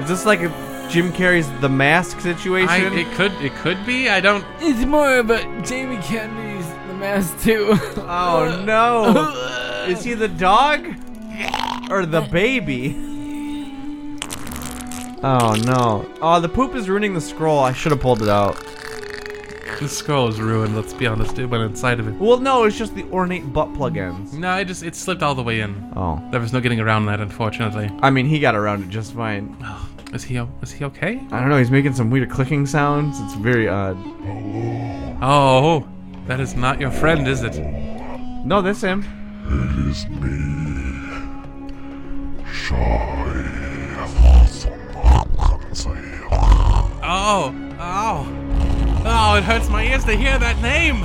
Is this like a Jim Carrey's The Mask situation?
I, it could. It could be. I don't.
It's more of a Jamie Kennedy's The Mask too.
oh no! Is he the dog or the baby? Oh no! Oh, the poop is ruining the scroll. I should have pulled it out.
This scroll is ruined. Let's be honest. It went inside of it.
Well, no, it's just the ornate butt plug ends.
No, it just it slipped all the way in.
Oh,
There was no getting around that, unfortunately.
I mean, he got around it just fine.
Is he o- is he okay?
I don't know. He's making some weird clicking sounds. It's very odd.
Oh, that is not your friend, is it?
No, that's him.
is me. Shy awesome.
Oh, oh, oh! It hurts my ears to hear that name.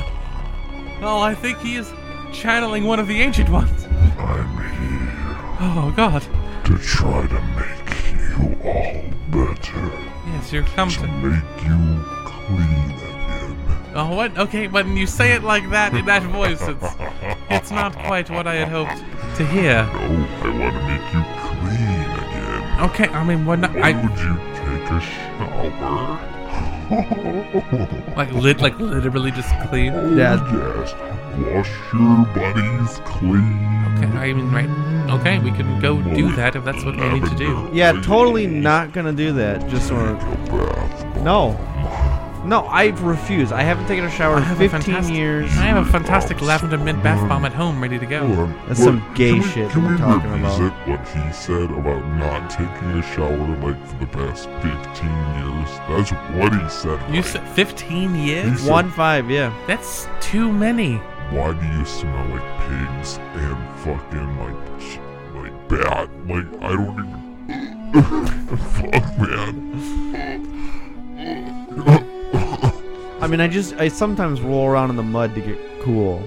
Oh, I think he is channeling one of the ancient ones.
I'm here
Oh God!
to try to make you all better.
Yes, you're come
To
to.
make you clean again.
Oh, what? Okay, when you say it like that in that voice, it's it's not quite what I had hoped to hear.
No, Oh, I want to make you clean again.
Okay, I mean, we're not.
Why
I
would you take a Oh, shower?
like lit, like literally just clean. Okay,
Yeah.
Yes, wash your bodies clean.
I mean, right? Okay, we can go do that if that's what we need to do.
Yeah, totally not gonna do that. Just wanna. No. No, I refuse. I haven't taken a shower
I
in
have a
15
fantastic-
years.
I have a fantastic lavender mint bath bomb at home, ready to go.
That's some gay shit
Can
that
we
we're talking
revisit
about.
what he said about not taking a shower like for the past 15 years? That's what he said.
You
right?
said 15
He
years?
said,
One five, yeah.
That's too many.
Why do you smell like pigs and fucking like ch- like bat? Like I don't even. Fuck man.
I mean, I just I sometimes roll around in the mud to get cool.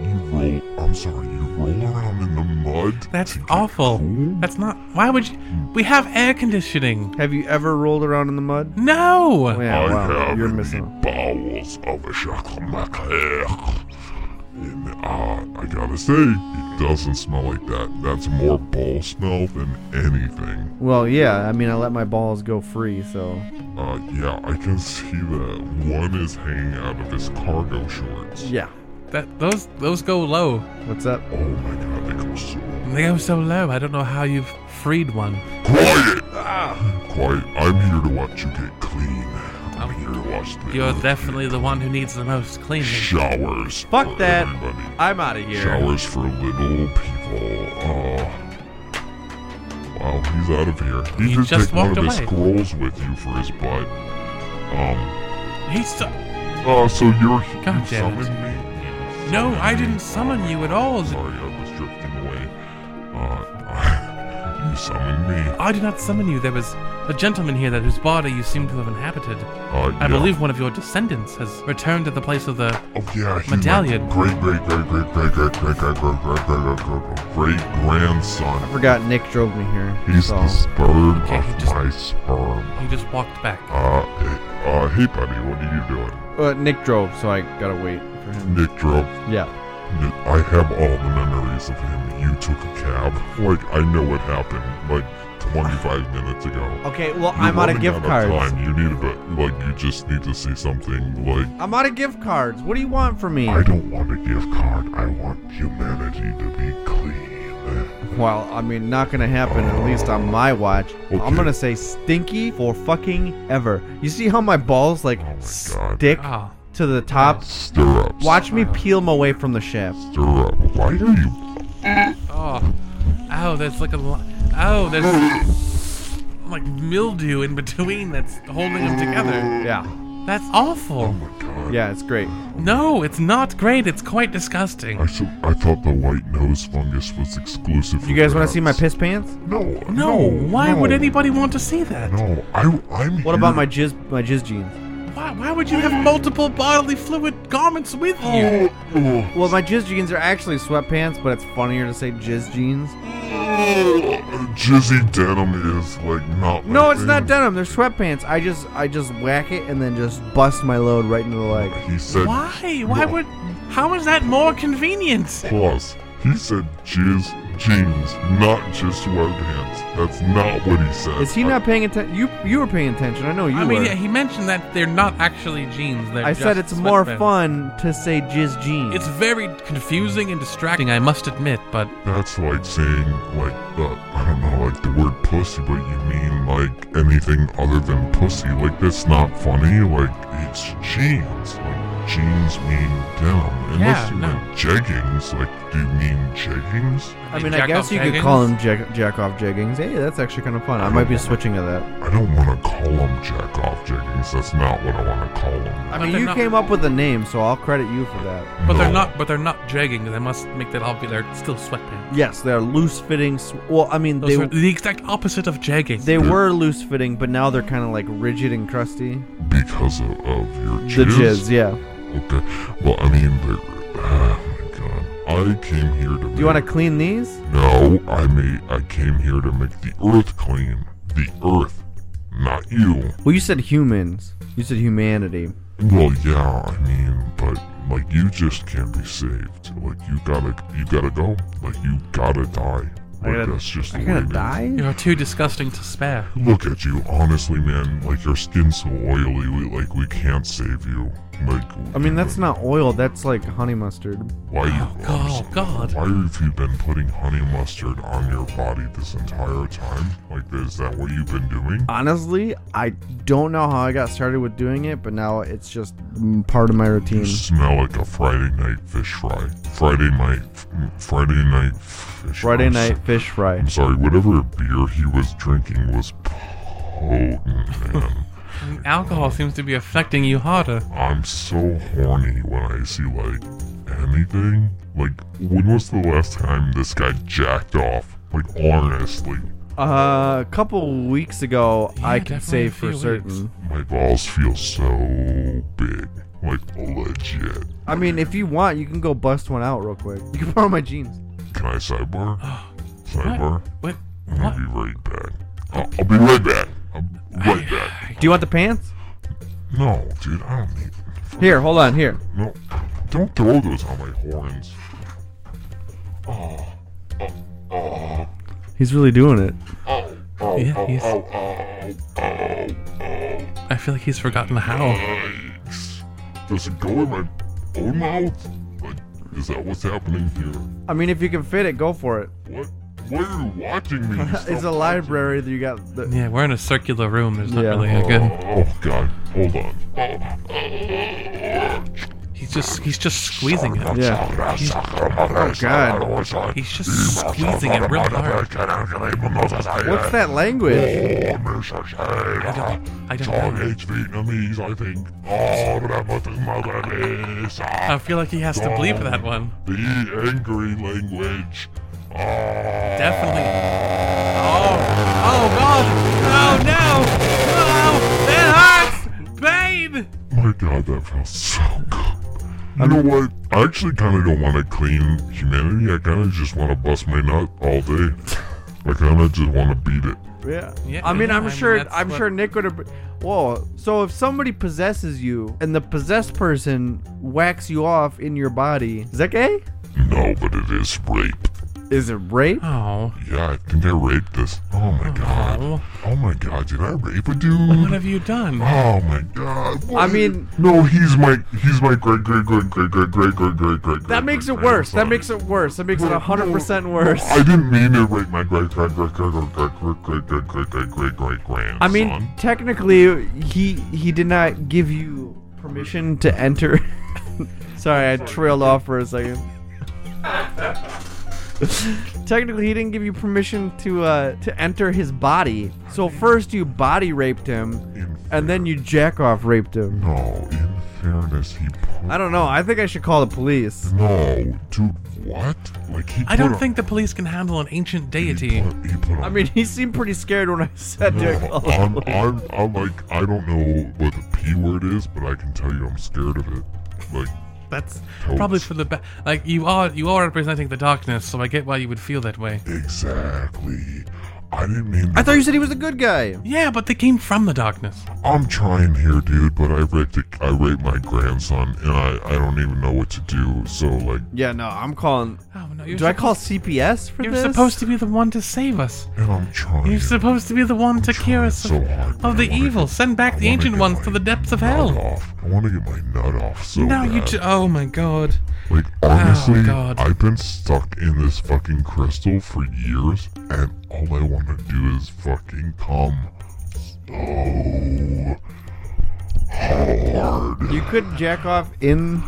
You roll. I'm sorry. You roll around in the mud.
That's
to get
awful.
cool?
That's not. Why would you? We have air conditioning.
Have you ever rolled around in the mud?
No.
Yeah,
I
wow,
have
you're
in
missing.
the
out.
bowels of a shakalaka. And uh, I gotta say, it doesn't smell like that. That's more ball smell than anything.
Well, yeah. I mean, I let my balls go free, so
Uh, yeah, I can see that one is hanging out of his cargo shorts.
yeah.
That those those go low.
What's up?
Oh my god, they go so
They go so low. I don't know how you've freed one.
quiet.
Ah.
Quiet. I'm here to watch you get clean. I'm here to watch the
You're
earth
definitely the one who needs the most
get
cleaning.
showers.
Fuck
for
that.
Everybody.
I'm out of here.
Showers for little people. Uh, wow, he's out of here. He,
He
did
just
take one
walked
of his
away.
scrolls with you for his butt. Um,
He's so,
Uh, so you're
God
you
damn it.
summoned me?
No, I didn't summon you at all.
Sorry, I was drifting away. Uh, you summoned me.
I did not summon you. There was a gentleman here that whose body you seem to have inhabited.
Uh,
I
yeah.
believe one of your descendants has returned to the place of the.
Oh yeah, he
Medallion.
My great great great great great great great great great great great great great
I
grandson.
forgot Nick drove me here.
He's
so.
the sperm
Okay,
of
he just-
my sperm.
He just walked back.
Uh, hey- uh, hey buddy, what are you doing?
uh, Nick drove, so I gotta wait for him.
Nick drove.
Yeah.
Nick, I have all the memories of him. You took a cab. Like I know what happened. Like 25 minutes ago.
Okay, well,
You're
I'm out of
running
gift
out
cards.
Time. You need a bit. Like you just need to see something. Like
I'm out of gift cards. What do you want from me?
I don't want a gift card. I want humanity to be clean.
Well, I mean, not gonna happen, at least on my watch. I'm
Okay.
gonna say stinky for fucking ever. You see how my balls, like,
Oh my God.
stick
Ah,
to the top?
Stir up.
Watch me peel them away from the shaft.
Stir up. Why are you?
oh, ow! There's like a, li- ow! There's like mildew in between that's holding them together.
Yeah.
That's awful.
Oh my God.
Yeah, it's great.
No, it's not great. It's quite disgusting.
I so, I thought the white nose fungus was exclusive.
You guys wanna see my piss pants?
No.
No, why
no,
would anybody want to see that?
No. I I'm.
What
here-
about my jizz, my jizz jeans?
Why, why would you have multiple bodily fluid garments with you?
Oh, oh,
Well, my jizz jeans are actually sweatpants, but it's funnier to say jizz jeans.
oh, Jizzy denim is like not. my
No, it's not
thing.
denim. They're sweatpants. I just, I just whack it and then just bust my load right into the leg.
He said.
Why? Why would? How is that more convenient?
Pause. He said jizz jeans, not just sweatpants. That's not what he said.
Is he
I-
not paying attention? You, you were paying attention. I know you
I mean,
were.
yeah, he mentioned that they're not actually jeans. They're
I said it's
just
more
sweatbands.
fun to say jizz jeans.
It's very confusing and distracting, I must admit. But
That's like saying, like, uh, I don't know, like the word pussy, but you mean like anything other than pussy. Like, that's not funny. Like, it's jeans. Like, jeans mean denim. Unless
Yeah,
you
no.
mean jeggings. Like, do you mean jeggings?
I mean, I guess you could call them jack, jack off jeggings. Hey, that's actually kind of fun. I might be switching to that.
I don't want to call them jack off jeggings. That's not what I want to call them.
I
But
mean,
they're
you
not-
came up with the name, so I'll credit you for that.
But they're
No.
not. But they're not jeggings. I must make that obvious. They're still sweatpants.
Yes, they're loose fitting. Sw- well, I mean,
Those
they
are the exact opposite of jeggings.
they were loose fitting, but now they're kind of like rigid and crusty.
Because of, of your jizz.
The jizz, yeah.
Okay. Well, I mean, they're. Oh my god. I came here to.
Do you want to clean these?
No, I may. I came here to make the earth clean. The earth, not you.
Well, you said humans. You said humanity.
Well, yeah, I mean, but like you just can't be saved. Like you gotta, you gotta go. Like you gotta die. Like
gotta-
that's just
I
the
gotta
way it is.
die.
You are too disgusting to spare.
Look at you, honestly, man. Like your skin's so oily. We like we can't save you. Like
I mean, that's not oil. That's like honey mustard.
why you.
Oh God.
Why have you been putting honey mustard on your body this entire time? Like, is that what you've been doing?
Honestly, I don't know how I got started with doing it, but now it's just mm, part of my routine.
You smell like a Friday night fish fry. Friday night, Friday night fish.
Friday
fries.
night fish fry.
I'm sorry. Whatever beer he was drinking was potent. Man.
Alcohol seems to be affecting you harder.
I'm so horny when I see like anything. Like, when was the last time this guy jacked off? Like, honestly,
Uh, a couple weeks ago,
Yeah,
I can
definitely
say
a
for
few
certain.
weeks.
my balls feel so big. Like legit.
I mean, if you want, you can go bust one out real quick. You can borrow my jeans.
Can I sidebar? Sidebar.
What?
I'm
What?
gonna be right back. I'll, I'll be right back. I'm right back.
Do you want the pants?
No, dude, I don't need.
Here, hold on. Here.
No, don't throw those on my horns. Oh, oh,
He's really doing it.
oh, oh,
Yeah,
oh,
he's-
oh, oh, oh, oh,
I feel like he's forgotten how.
yikes. Does it go in my own mouth? Like, is that what's happening here?
I mean, if you can fit it, go for it.
What? Why are you watching me?
It's a library that you got. The,
Yeah, we're in a circular room. There's not
Yeah.
really a good.
Oh, God. Hold on. Oh,
He's just he's just squeezing it.
Yeah. Oh God.
He's just squeezing it real hard.
What's
What's that language?
I
I don't
Dog
know.
hates Vietnamese, I think. Oh, that mother's mother is.
I feel like he has to bleep that one.
The angry language. Oh,
Definitely.
Oh God! Oh no! Oh, that hurts!
Babe!
my God, that felt so good. You know what? I actually kind of don't want to clean humanity. I kind of just want to bust my nut all day. I kind of just want to beat it.
Yeah.
Yeah,
I mean,
I
I'm
mean,
sure.
that's
I'm
what-
sure Nick would have. Whoa. So if somebody possesses you and the possessed person whacks you off in your body, is that gay?
No, but it is rape.
Is it rape?
Oh.
Yeah, I think I raped this. Oh my God.
Oh.
Oh my God, did I rape a
What
dude?
have you done?
Oh my God.
I
what-
mean,
No, he's my he's my great great great great great great great great great.
that makes it worse. That makes it worse. That makes it hundred percent worse.
I didn't mean to rape my great great great great great great great great great great great great great grandson.
I mean, technically, he he did not give you permission to enter. Sorry, I trailed off for a second. technically, he didn't give you permission to uh, to enter his body. So first, you body raped him,
in
and then you jack off raped him.
no, in fairness, he put
I don't know. I think I should call the police.
no, dude, what? Like he.
I
put
don't
a,
think the police can handle an ancient
he
deity.
put, he put. A,
I mean, he seemed pretty scared when I said to
No,
call the
I'm,
police.
I'm, I'm like, I don't know what the P word is, but I can tell you I'm scared of it. Like,
That's
totes.
probably for the best. Like you are, you are representing the darkness, so I get why you would feel that way.
Exactly. I didn't mean
I thought you said he was a good guy.
Yeah, but they came from the darkness.
I'm trying here, dude, but I raped a, I raped my grandson, and I, I don't even know what to do. So like,
Yeah, no, I'm calling.
Oh no! You're
Do I
supposed-
call CPS for
You're
this?
supposed to be the one to save us.
and I'm trying.
You're supposed to be the one to cure
trying
us
so hard,
of,
but I
of the
wanna
evil.
get-
Send
I
back the
wanna
ancient
get
ones
my
to the depths of
nut
hell.
Off. I want to get my nut off so
No, you.
bad.
Ju- oh my god.
Like honestly,
God.
I've been stuck in this fucking crystal for years, and all I want to do is fucking come so hard.
You could jack off in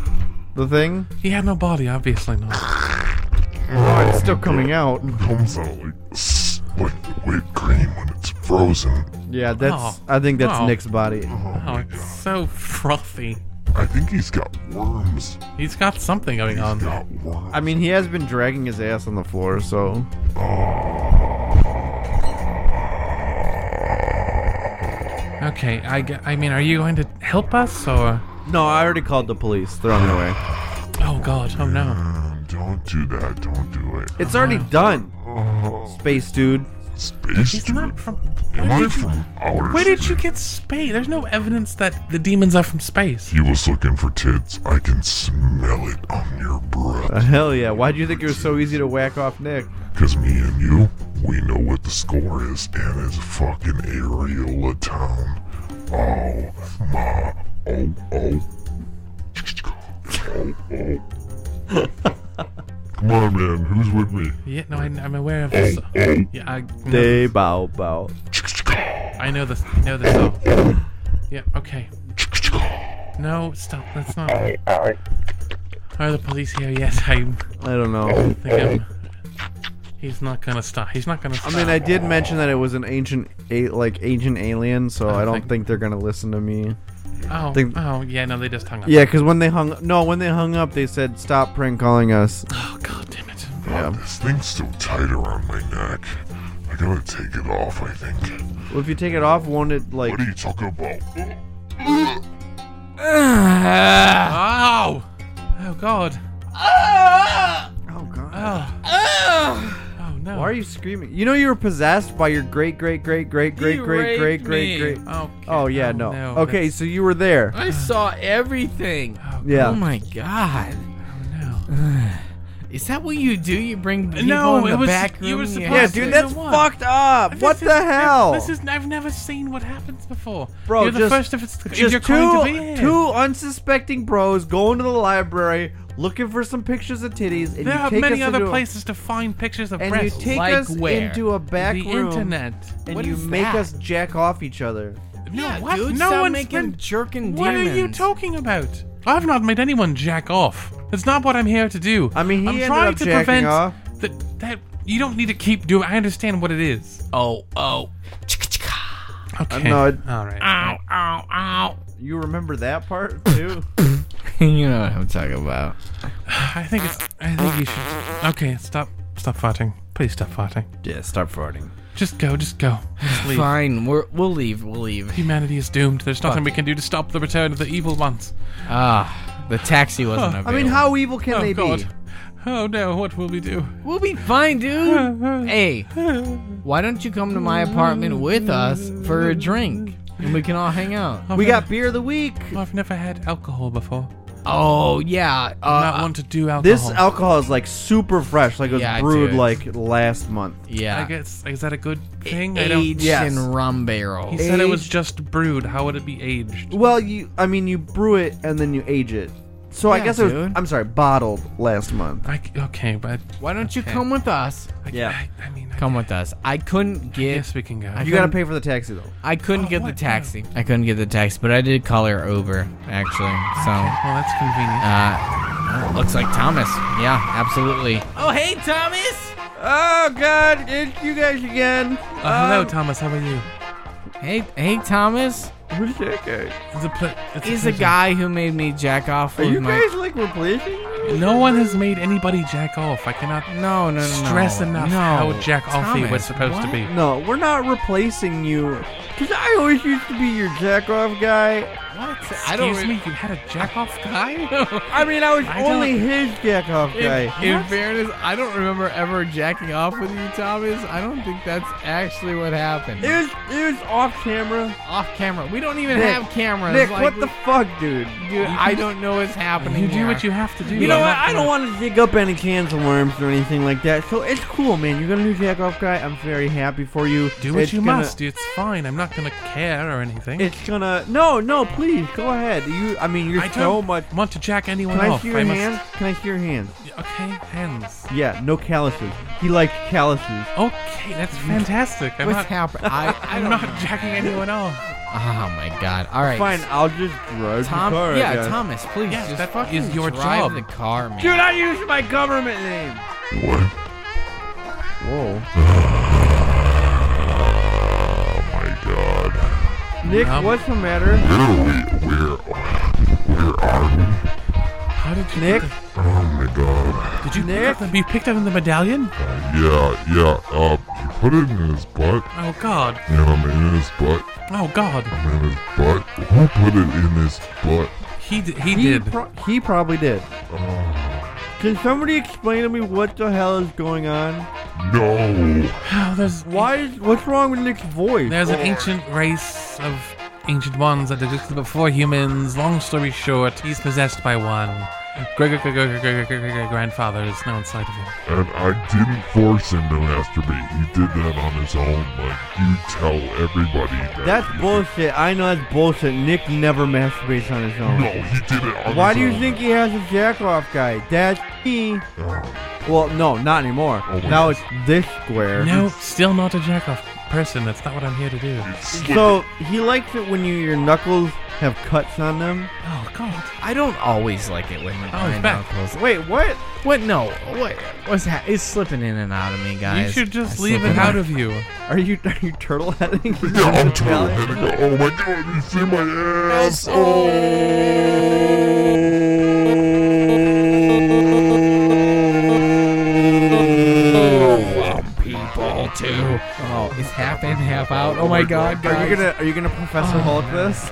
the thing.
He had no body, obviously not.
Oh, it's still coming out.
comes out like s- like whipped cream when it's frozen.
Yeah, that's.
Oh.
I think that's
Oh.
Nick's body.
Oh, it's so frothy.
I think he's got worms.
He's got something going
He's
on.
got worms.
I mean, he has been dragging his ass on the floor, so.
Okay, I, ge- I mean, are you going to help us or?
No, I already called the police. They're on their way.
Oh god, oh no.
Um, don't do that. Don't do it.
It's already done.
Oh,
Space dude.
space
He's
dude.
not from.
Am
where
I
did you-
from outer
Where did
space?
you get space? There's no evidence that the demons are from space.
He was looking for tits. I can smell it on your breath.
Uh, hell yeah. Why do you think it was so easy to whack off Nick?
Cause me and you, we know what the score is, and it's fucking Areola Town. Oh my. Oh oh. Oh oh. Come on, man. Who's with me?
Yeah, no, I, I'm aware of this. Yeah, I know,
They bow bow.
I know this. I know this song. Yeah, okay. No, stop. That's not. Are the police here yet? I
I don't know.
think I'm. He's not gonna stop. He's not gonna stop.
I mean, I did mention that it was an ancient, a- like ancient alien, so I don't
think-
think they're gonna listen to me.
oh,
think-
oh, yeah, no, they just hung up.
Yeah, because when they hung, no, when they hung up, they said stop prank calling us.
Oh, god damn it.
Yeah.
This thing's so tight around my neck. I gotta take it off, I think.
Well, if you take it off, won't it like?
What are you talking about?
Oh! Oh, god.
Oh god!
Oh. Oh, no.
Why are you screaming? You know you were possessed by your great great great great great great great great great.
Okay.
Oh yeah, no. Okay, so you were there.
I saw everything.
Yeah.
Oh my god.
No.
Is that what you do? You bring people
No,
in the
it was-
back room?
you were
and
supposed
Yeah,
have
to-
dude,
to-
that-
that's
You know what?
fucked up.
This
What
is-
the hell?
This is I've never seen what happens before.
Bro,
you're the
just-
first of its if
Just
you're
two
going to be here.
two unsuspecting bros going to the library looking for some pictures of titties, and
There
you
are
take
many
us
other
into a-
places to find pictures of
and you
breasts.
take
Like
us
where?
into a back
the
room
internet.
and
What
you
is
make
that?
us jack off each other.
No,
yeah,
what?
dude,
no
stop
one's
making
been-
jerking
What
demons.
are you talking about? I've not made anyone jack off. That's not what I'm here to do.
I mean, he
I'm
ended
trying
up
to
jacking
prevent
off.
that. That you don't need to keep doing. I understand what it is.
Oh, oh.
Okay.
no, it- Ah.
All right.
Ow, ow, ow.
You remember that part too?
you know what I'm talking about.
I think it's. I think you should. Okay. Stop. Stop farting. Please stop farting.
yeah, stop farting.
Just go. Just go. Just leave.
Fine, we're, we'll leave. We'll leave.
Humanity is doomed. There's nothing we can do to stop the return of the evil ones.
Ah, the taxi wasn't
Huh.
available.
I mean, how evil can
Oh
they
God.
be?
Oh no. What will we do?
We'll be fine, dude. hey, why don't you come to my apartment with us for a drink? And we can all hang out.
I've
We
never-
got beer of the week.
I've never had alcohol before.
Oh, yeah.
not
Uh,
want to do alcohol.
This alcohol is like super fresh, like Oh. it was
Yeah,
brewed
dude.
like last month.
I
yeah.
guess is that a good thing? I don't.
Aged
Yes.
in rum barrel.
He said it was
Aged.
just brewed. How would it be aged?
Well, you, I mean, you brew it and then you age it. So I
Yeah,
guess it was,
dude.
I'm sorry, bottled last month.
I, okay, but
Why don't you come with us?
I,
Yeah.
I, I mean, I
Come with us. I couldn't get
guess we can go.
You gotta pay for the taxi though.
I couldn't
Oh,
get the
what?
taxi. I couldn't get the taxi, but I did call her Uber actually. So
well, Oh, that's convenient.
uh looks like Thomas. Yeah, absolutely. Oh hey Thomas!
Oh God, it's you guys again.
Uh,
Oh.
hello, Thomas. How are you?
Hey hey Thomas
It's a pl- it's
is a
pleasure.
guy who made me jack off
Are
with
you
my
guys like replacing?
No one has made anybody jack off. I cannot
No, no, no, no.
stress enough
no.
how jack offy
Thomas,
was supposed to
what?
be.
No, we're not replacing you. Cause I always used to be your jack off guy.
What? I don't
Excuse me, you had a jack off guy?
I mean, I was
I don't-
only his jack off
In,
guy.
in fairness, I don't remember ever jacking off with you, Thomas. I don't think that's actually what happened.
It was it was off camera.
Off camera. We don't even
Nick,
have cameras.
Nick,
like,
what
we-
the fuck, dude?
Dude, I don't know what's happening.
you do
here.
what you have to do.
You know
I'm
what?
not
I don't
gonna-
want to dig up any cans of worms or anything like that. So it's cool, man. You're gonna do jack off guy. I'm very happy for you.
Do what
It's
you
gonna-
must. It's fine. I'm not gonna care or anything.
It's gonna. No, no, please go ahead. You. I mean, you're
I
so
don't Oh,
much.
want to jack anyone
Can I
off.
see your
I must.
hands? Can I see your hands?
Okay, hands.
Yeah, no calluses. He likes calluses.
Okay, that's
Mm.
fantastic. I'm
What's
not.
happening? I, I
I'm
don't
not
know.
jacking anyone off.
Oh my god! All right,
Fine, I'll just drive
Tom.
the car.
yeah,
again.
Thomas, please
Yeah,
just
that
fucking
is your
drive
job.
the car, man.
Dude, I use my government name.
What?
Whoa.
Oh my god.
Nick, what's the matter?
Where are we? Where, where are we?
How did you?
Nick,
Oh my god.
Did you
Nick?
pick up the, you picked up in the medallion?
Yeah, yeah, uh, he put it in his butt.
Oh God!
And I'm in his butt.
Oh God!
I'm in his butt. Who put it in his butt?
He d- he,
he,
did.
pro- he probably did.
Oh,
Can somebody explain to me what the hell is going on?
no.
Oh, there's
Why is what's wrong with Nick's voice?
There's an ancient race of ancient ones that existed before humans. Long story short, he's possessed by one. Gregor grandfather is now inside of him.
And I didn't force him to masturbate. He did that on his own. Like, you tell everybody that.
That's
he-
bullshit. I know that's bullshit. Nick never masturbates on his
No,
own.
he did it on
Why do
his
you
own.
think he has a jack off guy? That's me.
Oh,
Well, no, not anymore.
Oh, wait.
now it's this square.
No, still not a jackoff person. That's not what I'm here to do.
it's
So he likes it when you, your knuckles have cuts on them.
Oh God!
I don't always like it when oh, my
it's back.
knuckles.
Wait, what?
What? No. What? What's that? It's slipping in and out of me, guys.
you should just
I
leave
slip
it
in
out
and-
of you.
Are you are you turtle heading?
Yeah, I'm totally gonna go. Oh my god, you see my ass? Oh.
Ball two. Oh, it's half in, half out. Oh my god, guys.
Are you gonna are you gonna Professor Hulk this?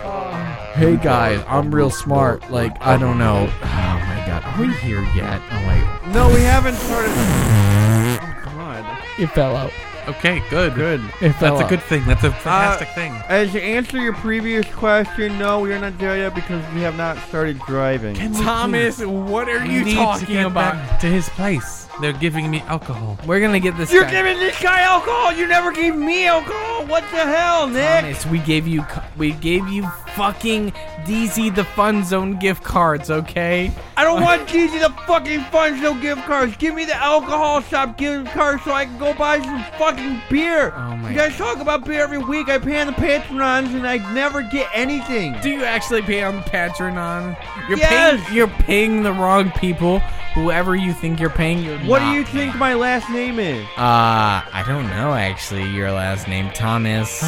Hey guys, I'm real smart. Like I don't know. Oh my god, are we here yet? Oh my,
No, we haven't started. Oh God.
it fell out.
Okay, good.
Good.
It fell
That's a
out.
good thing.
Uh,
That's a fantastic thing.
As to answer your previous question, no, we are not there yet because we have not started driving.
Can we
Thomas,
please-
what are
We
you
need to
talking
get
about?
back to his place. They're giving me alcohol.
We're gonna get this.
You're
guy.
giving this guy alcohol. You never gave me alcohol. What the hell, Nick?
Honest, we gave you cu- we gave you fucking DZ the Fun Zone gift cards, okay?
I don't want these the fucking funds, no gift cards. Give me the alcohol shop gift card so I can go buy some fucking beer.
Oh my
you guys talk about beer every week. I pay on the patrons and I never get anything.
Do you actually pay on Patreon? You're
Yes!
paying you're paying the wrong people. Whoever you think you're paying, you're
What
not
do you
paying.
think my last name is?
Uh, I don't know actually. Your last name, Thomas.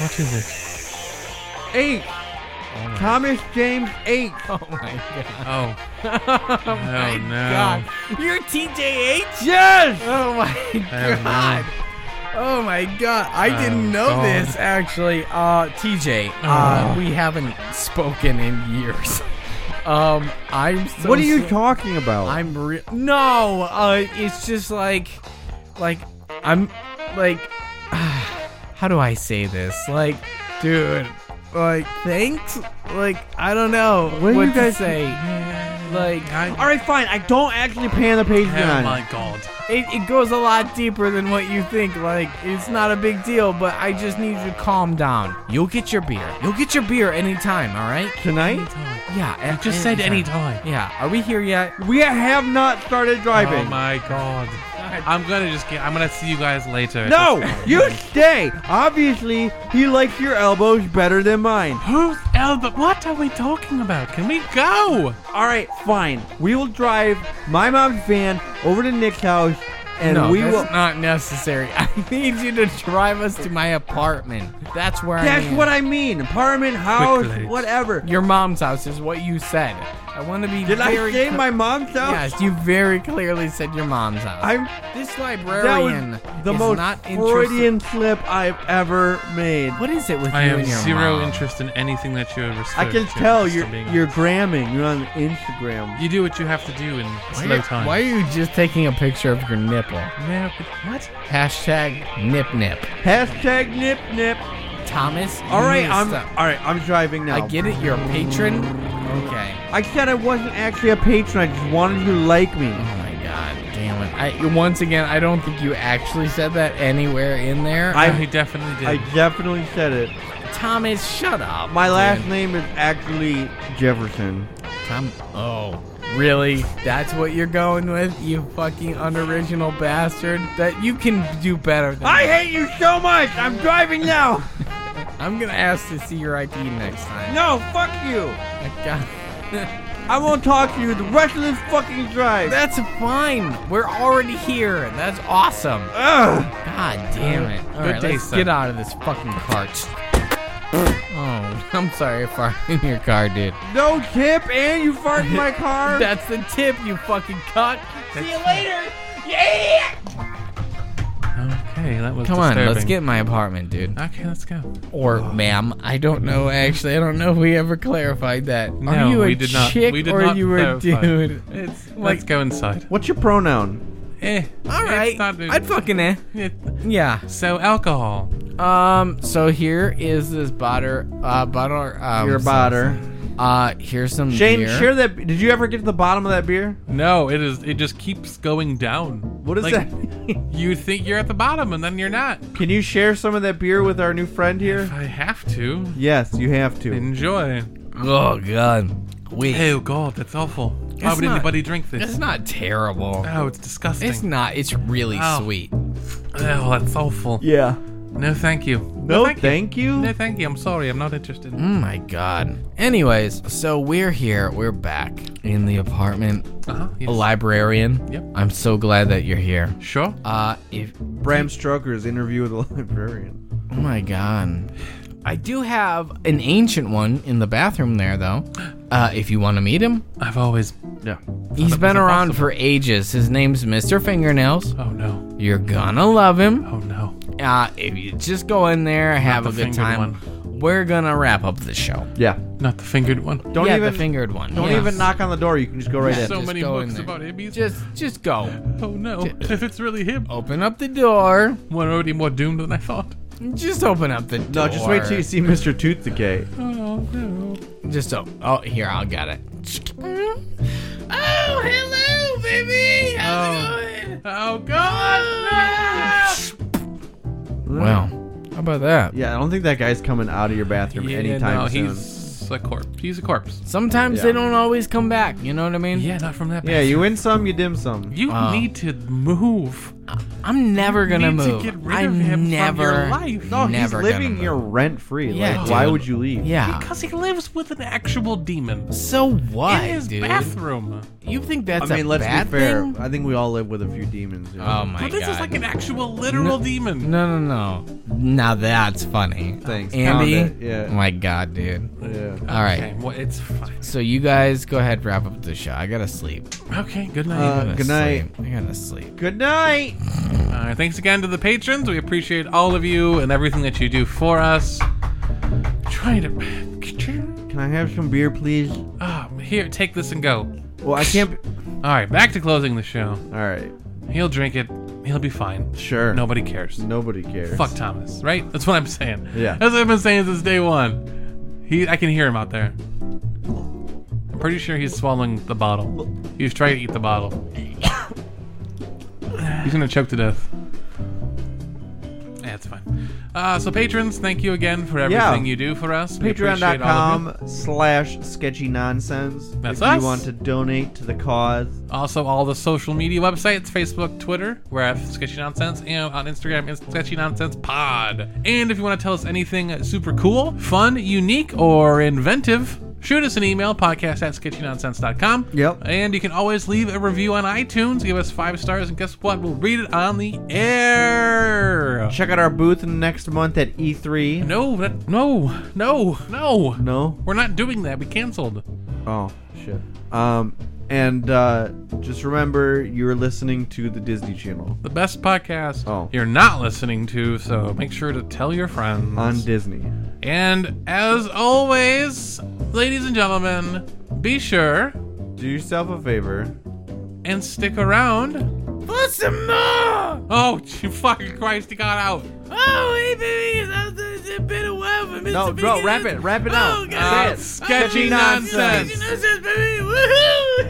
What is it?
H. Thomas James H.
Oh my god.
Oh. oh no.
God. You're TJH?
Yes!
Oh my
don't
god. Oh my god. I didn't know
Oh, God. Oh.
this actually. Uh TJ, uh we haven't spoken in years. Um I'm so
what are you
so-
talking about?
I'm re- No, uh it's just like like I'm like how do I say this? Like dude, like thanks? Like I don't know what,
do you
to
guys-
say. Like
All right, fine. I don't actually pay on the
Oh
Patreon.
my god.
it, it goes a lot deeper than what you think. Like, it's not a big deal, but I just need you to calm down. You'll get your beer. You'll get your beer anytime, all right?
Tonight?
Yeah.
You
a-
just said anytime.
Yeah. Are we here yet?
We have not started
Oh
driving.
my god. I'm gonna just get. I'm gonna see you guys later.
no, you stay. Obviously, he likes your elbows better than mine.
Who's Elba? What are we talking about? Can we go?
All right, fine. We will drive my mom's van over to Nick's house, and
no,
we
that's
will.
not necessary. I need you to drive us to my apartment. That's where I
That's
am.
what I mean. Apartment, house,
Quickly.
whatever.
Your mom's house is what you said. I want to be
Did I
very
say
cl-
my mom's house?
Yes, you very clearly said your mom's house.
I'm.
this
That
librarian
was the
is
most
not interested.
Freudian slip I've ever made.
What is it with
I
you
have
and your
zero
mom?
interest in anything that you're referring
I can
to,
tell
Mr.
you're
Bingham.
you're gramming. You're on Instagram.
You do what you have to do in slow time.
Why are you just taking a picture of your nipple?
Yeah, but what?
Hashtag nip nip.
Hashtag nip nip.
Thomas.
All right,
you
I'm.
messed up.
All right, I'm driving now.
I get it. You're a patron. Okay.
I said I wasn't actually a patron. I just wanted you to like me.
Oh my god, damn it! I once again, I don't think you actually said that anywhere in there.
I,
I-
definitely did.
I definitely said it.
Thomas, shut up.
My
dude.
last name is actually Jefferson.
Tom. Oh. Really? That's what you're going with, you fucking unoriginal bastard? That you can do better than
I hate you so much. I'm driving now.
I'm gonna ask to see your ID next time.
No, fuck you.
God.
I won't talk to you the rest of this fucking drive.
That's fine. We're already here. That's awesome.
Ugh.
God damn it. All right,
day,
let's
son.
get out of this fucking cart. oh, I'm sorry if I farted in your car, dude.
No tip, and you fart in my car.
That's the tip, you fucking cunt. See you later.
okay, that was
Come on, let's
disturbing.
get in my apartment, dude.
Okay, let's go.
Or ma'am. I don't know, actually. I don't know if we ever clarified that.
No,
are you a
we did not-
chick
we did
or
not
you a
clarify.
dude? It's
let's
like,
go inside.
What's your pronoun?
Eh.
all
It's
right.
not a-
I'd fucking eh.
it-
Yeah.
so alcohol.
Um, so here is this botter, uh, botter, um,
Your botter.
Uh, here's some
Shane,
beer.
share that. Did you ever get to the bottom of that beer?
No, it is. It just keeps going down.
What is
Like,
that? mean?
You think you're at the bottom, and then you're not.
Can you share some of that beer with our new friend
If
here?
I have to
Yes, you have to.
enjoy.
Oh god. Wait.
Oh God, that's awful. Why
It's
would
not-
anybody drink this?
It's not terrible.
Oh, it's disgusting.
It's not. It's really
Oh.
sweet.
Oh, that's awful.
Yeah.
No, thank you.
No, thank you.
No, thank you. I'm sorry. I'm not interested.
Oh my god. Anyways, so we're here. We're back in the apartment.
Uh-huh.
A
Yes.
librarian.
Yep.
I'm so glad that you're here.
Sure.
Uh, if
Bram Stoker's interview with the librarian.
oh my god. I do have an ancient one in the bathroom there, though. Uh, if you want to meet him,
I've always.
Yeah.
he's been around for ages. His name's Mr. Fingernails.
Oh no.
You're gonna love him.
Oh no.
Uh, if you just go in there, have
the
a good
fingered
time.
one.
We're gonna wrap up the show.
Yeah.
Not the fingered one.
Don't
yeah,
even
the fingered one.
Don't
yeah.
even knock on the door. You can just go right in.
so
just
many
go in
books
there.
about hippies.
Just, just go.
oh no. if it's really him,
Open up the door.
we're already more doomed than I thought.
Just open up the door.
no, just wait till you see Mr. Tooth Decay.
Oh no.
Just oh, oh here I'll get it. Oh, hello, baby. How's it going? Oh God! Wow. How about that?
Yeah, I don't think that guy's coming out of your bathroom
Yeah,
anytime
no,
soon.
he's a corpse. He's a corpse.
Sometimes
Yeah.
they don't always come back. You know what I mean?
Yeah, not from that.
Yeah, you win some, you dim some.
You
Wow.
need to move.
I'm never gonna
need to
move.
get rid
I'm
of him from your
never.
life.
No, he's
never gonna
living
move.
here rent free.
Yeah,
like, why
dude.
would you leave?
Yeah.
Because he lives with an actual demon
so what,
in his
dude?
bathroom.
You think that's
I mean,
a
let's
bad
be fair.
thing?
I think we all live with a few demons. you know?
Oh my
But this
god.
is like an actual literal demon.
no, no, no. Now that's funny.
Thanks.
Andy. Oh
Found it, yeah.
My god, dude.
yeah.
All right.
Okay, well, it's fine.
So you guys go ahead wrap up the show. I gotta sleep.
Okay, good night.
Uh,
I gotta
good night.
sleep. I gotta sleep.
Good night.
All right, thanks again to the patrons. We appreciate all of you and everything that you do for us. Try to.
Can I have some beer, please?
Ah, here, take this and go.
Well, I can't. Be-
All right, back to closing the show.
all right.
He'll drink it. He'll be fine.
Sure.
Nobody cares.
Nobody cares.
Fuck Thomas, right? That's what I'm saying.
Yeah.
That's what I've been saying since day one. He, I can hear him out there. I'm pretty sure he's swallowing the bottle. He's trying to eat the bottle. he's gonna choke to death. Yeah, it's fine. Uh, so patrons, thank you again for
Yeah.
everything you do for us. We appreciate all of you.
Patreon.com slash sketchy nonsense.
That's
if
us.
you want to donate to the cause.
Also, all the social media websites Facebook, Twitter. We're at Sketchy Nonsense. And on Instagram, it's Sketchy Nonsense Pod. And if you want to tell us anything super cool, fun, unique, or inventive, shoot us an email podcast at sketchynonsense.com.
Yep.
And you can always leave a review on iTunes. Give us five stars, and guess what? We'll read it on the air.
Check out our booth next month at E E3.
No, that, no, no, no.
No?
We're not doing that. We canceled.
Oh, shit. Um, and uh, just remember you're listening to the Disney Channel
The best podcast
Oh.
you're not listening to, so make sure to tell your friends.
on Disney.
And as always, ladies and gentlemen, be sure
Do yourself a favor.
and stick around.
Put some more!
Oh, gee, fucking Christ, he got out.
Oh, hey, baby, it's- it's been a while for Mr.
No, bro, wrap it. Wrap it
Oh,
up.
God.
Sketchy nonsense.
Baby. Woohoo!